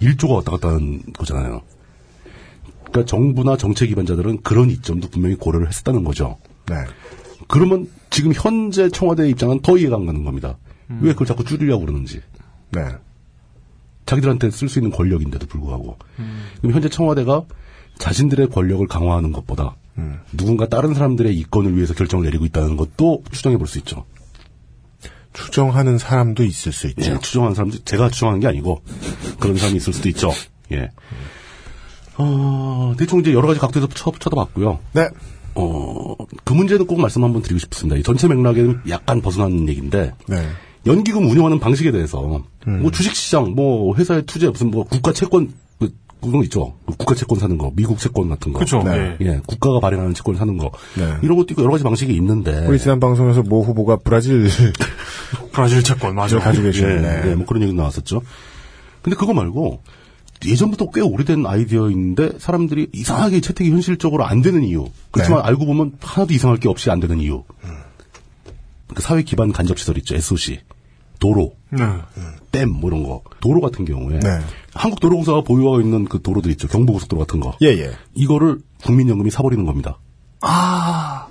1조가 왔다 갔다 하는 거잖아요. 그러니까 정부나 정책 기반자들은 그런 이점도 분명히 고려를 했었다는 거죠. 네. 그러면 지금 현재 청와대의 입장은 더 이해가 안 가는 겁니다. 왜 그걸 자꾸 줄이려고 그러는지. 네. 자기들한테 쓸 수 있는 권력인데도 불구하고. 그럼 현재 청와대가 자신들의 권력을 강화하는 것보다 누군가 다른 사람들의 이권을 위해서 결정을 내리고 있다는 것도 추정해 볼 수 있죠. 추정하는 사람도 있을 수 있죠. 예, 추정하는 사람도 제가 추정한 게 아니고 그런 사람이 있을 수도 있죠. 예. 어, 대충 이제 여러 가지 각도에서 쳐, 쳐다봤고요. 네. 어, 그 문제는 꼭 말씀 한번 드리고 싶습니다. 이 전체 맥락에는 약간 벗어나는 얘기인데 네. 연기금 운영하는 방식에 대해서 음. 뭐 주식시장, 뭐 회사의 투자, 무슨 뭐 국가 채권 그, 그런 거 있죠. 그 국가 채권 사는 거, 미국 채권 같은 거. 그쵸, 네. 예, 국가가 발행하는 채권 사는 거. 네. 이런 것도 있고 여러 가지 방식이 있는데. 우리 지난 방송에서 모 후보가 브라질 브라질 채권 맞아. 가지고 계시는데 예, 예, 뭐 그런 얘기 나왔었죠. 근데 그거 말고 예전부터 꽤 오래된 아이디어인데 사람들이 이상하게 채택이 현실적으로 안 되는 이유. 그렇지만 네. 알고 보면 하나도 이상할 게 없이 안 되는 이유. 음. 그 사회 기반 간접 시설 있죠. SOC. 도로, 네. 댐, 뭐 이런 거. 도로 같은 경우에 네. 한국도로공사가 보유하고 있는 그 도로들 있죠. 경부고속도로 같은 거. 예, 예. 이거를 국민연금이 사버리는 겁니다. 네. 아.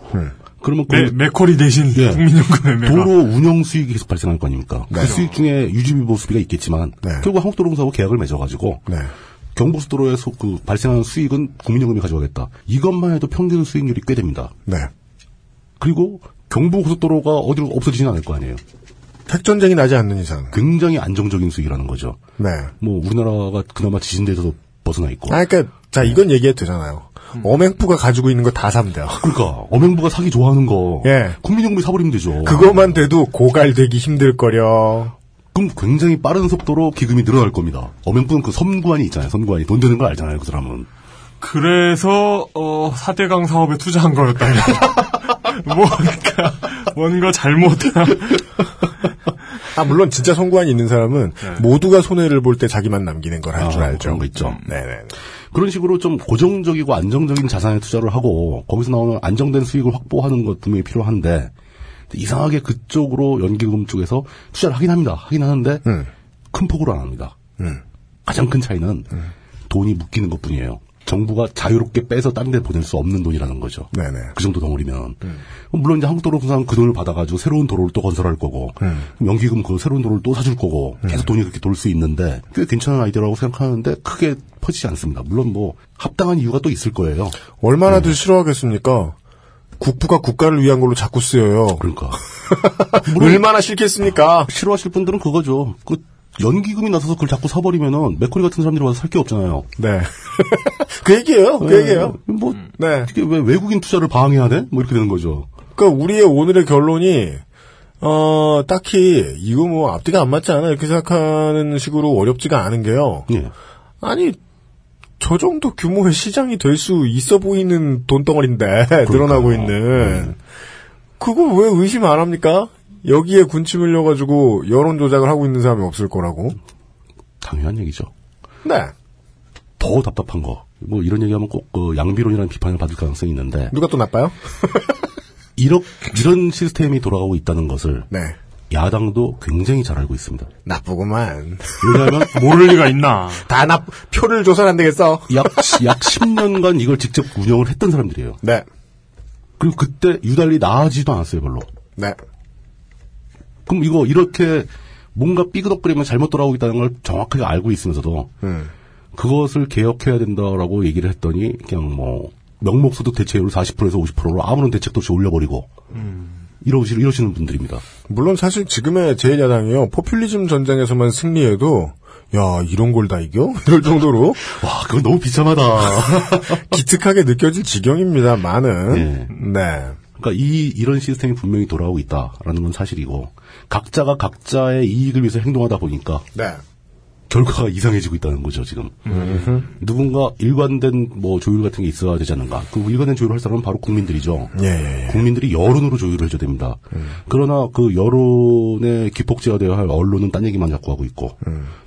그러면 매, 그- 메커리 대신 예. 국민연금의 메가. 도로 운영 수익이 계속 발생할 네. 거 아닙니까? 그 그죠. 네. 수익 중에 유지비 보수비가 있겠지만 결국 한국도로공사하고 계약을 맺어가지고 경부고속도로에서 그 발생하는 수익은 국민연금이 가져가겠다. 이것만 해도 평균 수익률이 꽤 됩니다. 네. 그리고 경부고속도로가 어디로 없어지지는 않을 거 아니에요. 핵전쟁이 나지 않는 이상 굉장히 안정적인 수익이라는 거죠. 네. 뭐 우리나라가 그나마 지진대에서도 벗어나 있고. 아, 그러니까 네. 자 이건 얘기해도 되잖아요. 음. 엄행부가 가지고 있는 거 다 삼대요. 그러니까 엄행부가 사기 좋아하는 거. 예. 국민연금이 사버리면 되죠. 그것만 돼도 고갈되기 힘들 거려. 그럼 굉장히 빠른 속도로 기금이 늘어날 겁니다. 엄행부는 그 섬구안이 있잖아요. 섬구안이 돈 되는 걸 알잖아요. 그 사람은. 그래서 어 4대강 사업에 투자한 거였다. 뭔가 뭔가 잘못한 아 물론 진짜 성관이 있는 사람은 모두가 손해를 볼 때 자기만 남기는 걸 할 줄 네. 아, 알죠. 음. 그런 거 있죠. 네네. 그런 식으로 좀 고정적이고 안정적인 자산에 투자를 하고 거기서 나오는 안정된 수익을 확보하는 것 분명히 필요한데 이상하게 그쪽으로 연기금 쪽에서 투자를 하긴 합니다. 하긴 하는데 음. 큰 폭으로 안 합니다. 가장 큰 차이는 네. 돈이 묶이는 것뿐이에요. 정부가 자유롭게 빼서 다른 데 보낼 수 없는 돈이라는 거죠. 네네. 네. 그 정도 덩어리면. 물론 이제 한국도로공사는 그 돈을 받아가지고 새로운 도로를 또 건설할 거고 네. 그럼 연기금 그 새로운 도로를 또 사줄 거고 계속 돈이 그렇게 돌 수 있는데 꽤 괜찮은 아이디어라고 생각하는데 크게 퍼지지 않습니다. 물론 뭐 합당한 이유가 또 있을 거예요. 어. 음. 얼마나 더 싫어하겠습니까? 국부가 국가를 위한 걸로 자꾸 쓰여요. 그러니까 얼마나 아. 싫겠습니까? 싫어하실 분들은 그거죠. 그 연기금이 나서서 그걸 자꾸 사버리면은 맥커리 같은 사람들이 와서 살 게 없잖아요. 네. 그 얘기예요. 그 얘기예요. 뭐 네. 이게 왜 외국인 투자를 방해해야 돼? 뭐 이렇게 되는 거죠. 그러니까 우리의 오늘의 결론이 어 딱히 이거 뭐 앞뒤가 안 맞지 않아 이렇게 생각하는 식으로 어렵지가 않은 게요. 예. 아니 저 정도 규모의 시장이 될 수 있어 보이는 돈덩어리인데 늘어나고 있는 예. 그거 왜 의심 안 합니까? 여기에 군침 흘려가지고 여론 조작을 하고 있는 사람이 없을 거라고. 당연한 얘기죠. 네. 더 답답한 거. 뭐 이런 얘기하면 꼭 그 양비론이라는 비판을 받을 가능성이 있는데 누가 또 나빠요? 이렇 이런 시스템이 돌아가고 있다는 것을 네. 야당도 굉장히 잘 알고 있습니다. 나쁘구만. 왜냐하면 모를 리가 있나? 다 나 표를 조선 안 되겠어. 약, 약 10년간 이걸 직접 운영을 했던 사람들이에요. 네. 그리고 그때 유달리 나아지도 않았어요, 별로. 네. 그럼 이거 이렇게 뭔가 삐그덕거리면 잘못 돌아오고 있다는 걸 정확하게 알고 있으면서도 음. 그것을 개혁해야 된다라고 얘기를 했더니 그냥 뭐 명목소득 대체율 40%에서 50%로 아무런 대책도 없이 올려버리고 음. 이러시, 이러시는 분들입니다. 물론 사실 지금의 제1야당이요. 포퓰리즘 전쟁에서만 승리해도 야 이런 걸 다 이겨? 이럴 정도로 와 그건 너무 비참하다. 기특하게 느껴질 지경입니다. 많은. 예. 네. 그러니까 이 이런 시스템이 분명히 돌아오고 있다라는 건 사실이고 각자가 각자의 이익을 위해서 행동하다 보니까 네. 결과가 이상해지고 있다는 거죠 지금. 누군가 일관된 뭐 조율 같은 게 있어야 되지 않는가. 그 일관된 조율할 사람은 바로 국민들이죠. 예, 예, 예. 국민들이 여론으로 조율을 해줘야 됩니다. 그러나 그 여론에 기폭제가 되어야 할 언론은 딴 얘기만 자꾸 하고 있고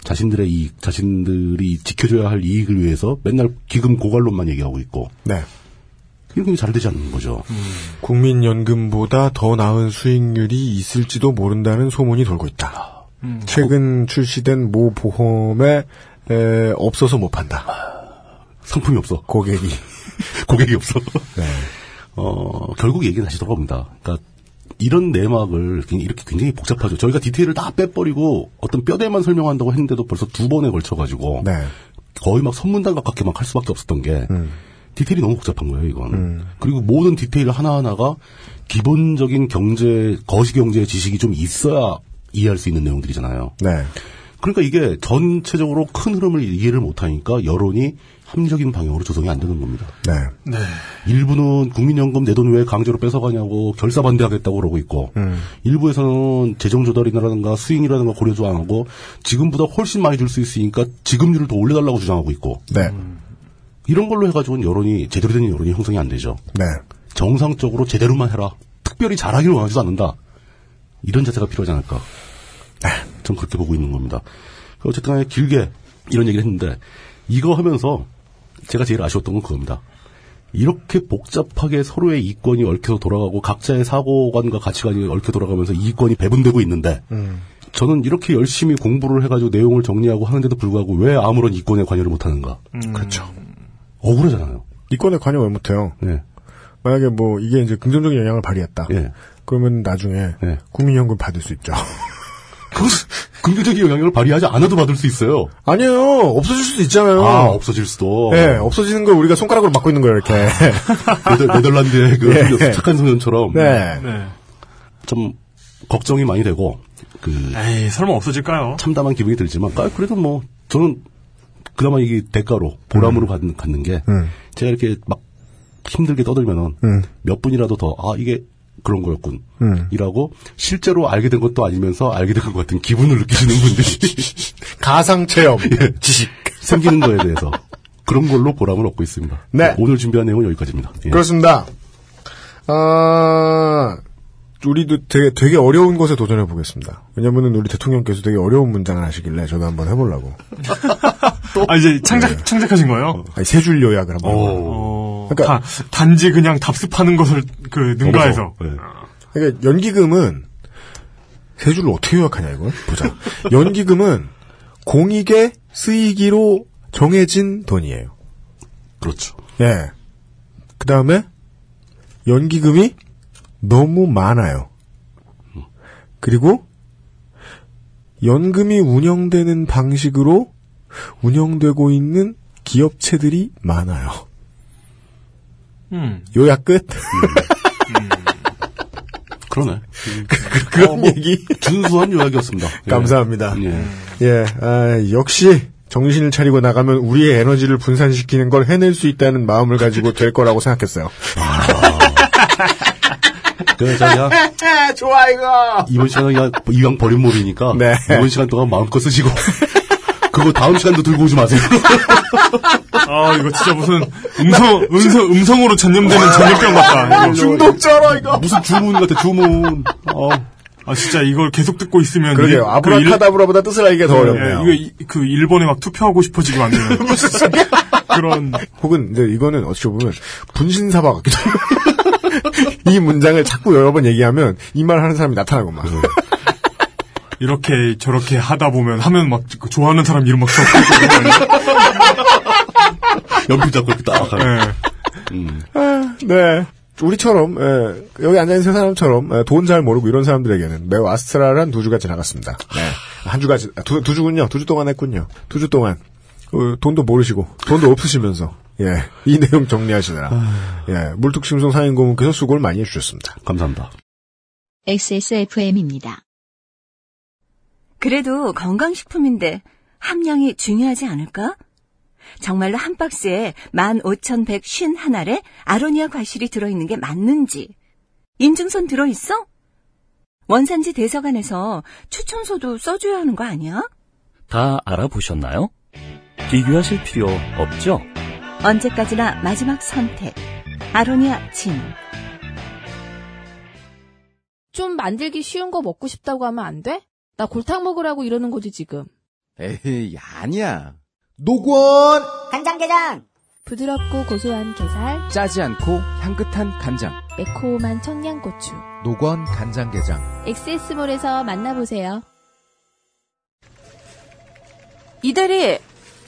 자신들의 이익, 자신들이 지켜줘야 할 이익을 위해서 맨날 기금 고갈론만 얘기하고 있고 네. 이렇게 잘 되지 않는 거죠. 국민연금보다 더 나은 수익률이 있을지도 모른다는 소문이 돌고 있다. 최근 출시된 모 보험에 에, 없어서 못 판다. 상품이 없어. 고객이. 고객이 없어. 어, 결국 얘기는 다시 돌아옵니다. 그러니까 이런 내막을 그냥 이렇게 굉장히 복잡하죠. 저희가 디테일을 다 빼버리고 어떤 뼈대만 설명한다고 했는데도 벌써 두 번에 걸쳐가지고 네. 거의 막 선문단 가깝게 막 할 수밖에 없었던 게 디테일이 너무 복잡한 거예요, 이건. 그리고 모든 디테일 하나하나가 기본적인 경제, 거시경제 지식이 좀 있어야 이해할 수 있는 내용들이잖아요. 네. 그러니까 이게 전체적으로 큰 흐름을 이해를 못하니까 여론이 합리적인 방향으로 조성이 안 되는 겁니다. 네. 일부는 국민연금 내 돈 왜 강제로 뺏어가냐고 결사 반대하겠다고 그러고 있고 일부에서는 재정 조달이라든가 수익이라든가 고려도 안 하고 지금보다 훨씬 많이 줄 수 있으니까 지급률을 더 올려달라고 주장하고 있고 네. 이런 걸로 해가지고는 여론이 제대로 된 여론이 형성이 안 되죠. 네. 정상적으로 제대로만 해라. 특별히 잘하기를 원하지도 않는다. 이런 자세가 필요하지 않을까. 네, 전 그렇게 보고 있는 겁니다. 그 어쨌든 간에 길게 이런 얘기를 했는데, 이거 하면서 제가 제일 아쉬웠던 건 그겁니다. 이렇게 복잡하게 서로의 이권이 얽혀서 돌아가고 각자의 사고관과 가치관이 얽혀 돌아가면서 이권이 배분되고 있는데 저는 이렇게 열심히 공부를 해가지고 내용을 정리하고 하는데도 불구하고 왜 아무런 이권에 관여를 못하는가 그렇죠. 억울하잖아요. 이권에 관여 왜 못해요? 예, 만약에 뭐 이게 이제 긍정적인 영향을 발휘했다. 예. 그러면 나중에 네. 국민연금 받을 수 있죠. 그것 긍정적인 영향을 발휘하지 않아도 받을 수 있어요. 아니요. 없어질 수도 있잖아요. 아, 없어질 수도. 네, 없어지는 걸 우리가 손가락으로 막고 있는 거예요, 이렇게. 네덜- 네덜란드의 그 예. 착한 소년처럼. 네. 좀 걱정이 많이 되고 그 에이, 설마 없어질까요? 참담한 기분이 들지만 아, 그래도 뭐 저는 그나마 이게 대가로 음. 보람으로 받는, 갖는 게 제가 이렇게 막 힘들게 떠들면은 몇 분이라도 더 아 이게 그런 거였군 음. 이라고 실제로 알게 된 것도 아니면서 알게 된 것 같은 기분을 느끼시는 분들이 가상 체험 지식 생기는 거에 대해서 그런 걸로 보람을 얻고 있습니다. 네. 오늘 준비한 내용은 여기까지입니다. 예. 그렇습니다. 아, 우리도 되게, 되게 어려운 것에 도전해 보겠습니다. 왜냐면은 우리 대통령께서 되게 어려운 문장을 하시길래 저도 한번 해보려고. 아, 이제 창작, 창작하신 거예요? 아니, 세 줄 요약을 한번. 어, 다- 단지 그냥 답습하는 것을 그 능가해서. 예. 그러니까 연기금은 세 줄을 어떻게 요약하냐 이걸 보자. 연기금은 공익에 쓰이기로 정해진 돈이에요. 그렇죠. 예. 그 다음에 연기금이 너무 많아요. 그리고 연금이 운영되는 방식으로 운영되고 있는 기업체들이 많아요. 음. 요약 끝. 그러네. 그, 그런 어, 뭐 얘기. 준수한 요약이었습니다. 예. 감사합니다. 예. 예, 아, 역시 정신을 차리고 나가면 우리의 에너지를 분산시키는 걸 해낼 수 있다는 마음을 가지고 될 거라고 생각했어요. 그 저희야 좋아 이거. 이번 시간은 그냥 이왕 버린 몸이니까 네. 이번 시간 동안 마음껏 쓰시고 그거 다음 시간도 들고 오지 마세요. 아, 이거 진짜 무슨 음성, 음성, 음성으로 전염되는 전염병 같다. 이거. 중독자라 이거. 무슨 주문 같아 주문. 어. 아, 진짜 이걸 계속 듣고 있으면. 그러게요. 이- 아브라카다브라보다 뜻을 알기가 더 그 일- 어렵네요. 예, 이거, 이- 그, 일본에 막 투표하고 싶어지게 만드는. 그런. 혹은 이제 이거는 어떻게 보면 분신사바 같기도 해요. 이 문장을 자꾸 여러 번 얘기하면 이 말 하는 사람이 나타나고만. 음. 이렇게 저렇게 하다 보면 하면 막 그 좋아하는 사람 이름 막 적고 연필 잡고 이렇게 딱. 하면. 예. 음. 네. 우리처럼 예, 여기 앉아 있는 세 사람처럼 예, 돈 잘 모르고 이런 사람들에게는 매우 아스트랄한 두 주가 지나갔습니다. 네. 한 주가 지- 아, 두, 두 주군요. 두 주 동안 했군요. 두 주 동안 어, 돈도 모르시고 돈도 없으시면서 예, 이 내용 정리하시느라 예, 물뚝심송 사인고문께서 수고를 많이 해주셨습니다. 감사합니다. XSFM입니다. 그래도 건강식품인데 함량이 중요하지 않을까? 정말로 한 박스에 15,151알에 아로니아 과실이 들어있는 게 맞는지. 인증선 들어있어? 원산지 대서관에서 추천서도 써줘야 하는 거 아니야? 다 알아보셨나요? 비교하실 필요 없죠? 언제까지나 마지막 선택. 아로니아 진. 좀 만들기 쉬운 거 먹고 싶다고 하면 안 돼? 나 골탕 먹으라고 이러는 거지 지금. 에이, 아니야. 노건! 간장게장! 부드럽고 고소한 게살, 짜지 않고 향긋한 간장. 매콤한 청양고추. 노건 간장게장. 엑세스몰에서 만나보세요. 이대리,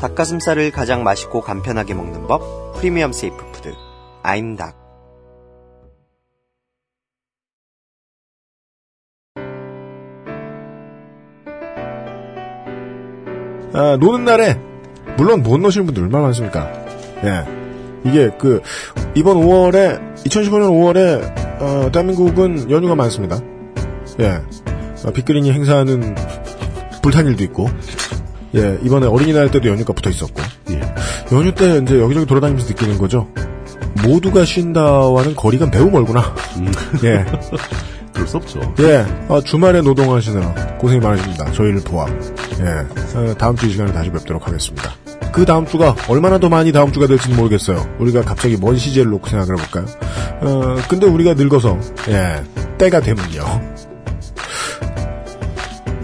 닭가슴살을 가장 맛있고 간편하게 먹는 법 프리미엄 세이프 푸드 아임닭 아, 노는 날에 물론 못 노시는 분들 얼마나 많습니까? 예. 이게 그 이번 5월에 2015년 5월에 어, 대한민국은 연휴가 많습니다. 예. 어, 빅그린이 행사하는 불탄일도 있고 예 이번에 어린이날 때도 연휴가 붙어 있었고 예. 연휴 때 이제 여기저기 돌아다니면서 느끼는 거죠. 모두가 쉰다와는 거리가 매우 멀구나. 예. 그럴 수 없죠. 예, 아, 주말에 노동하시느라 고생이 많으십니다. 저희를 포함. 예, 어, 다음 주 이 시간에 다시 뵙도록 하겠습니다. 그 다음 주가 얼마나 더 많이 다음 주가 될지는 모르겠어요. 우리가 갑자기 먼 시제를 놓고 생각을 해볼까요? 어, 근데 우리가 늙어서, 예, 때가 되면요.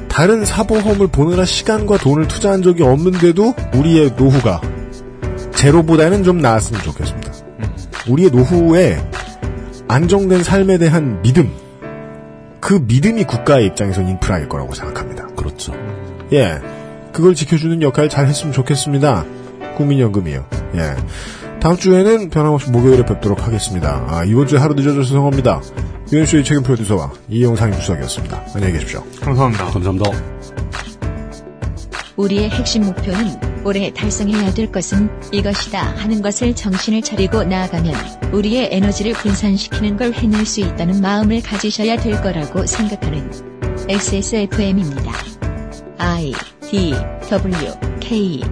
다른 사보험을 보느라 시간과 돈을 투자한 적이 없는데도 우리의 노후가 제로보다는 좀 나았으면 좋겠습니다. 우리의 노후에 안정된 삶에 대한 믿음, 그 믿음이 국가의 입장에서 인프라일 거라고 생각합니다. 그렇죠. 예, 그걸 지켜주는 역할을 잘 했으면 좋겠습니다. 국민연금이요. 예. 다음 주에는 변함없이 목요일에 뵙도록 하겠습니다. 아, 이번 주에 하루 늦어져서 죄송합니다. 유엔쇼의 책임 프로듀서와 이영상의 주석이었습니다. 안녕히 계십시오. 감사합니다. 감사합니다. 우리의 핵심 목표는 올해 달성해야 될 것은 이것이다 하는 것을 정신을 차리고 나아가면 우리의 에너지를 분산시키는 걸 해낼 수 있다는 마음을 가지셔야 될 거라고 생각하는 XSFM입니다. I D W K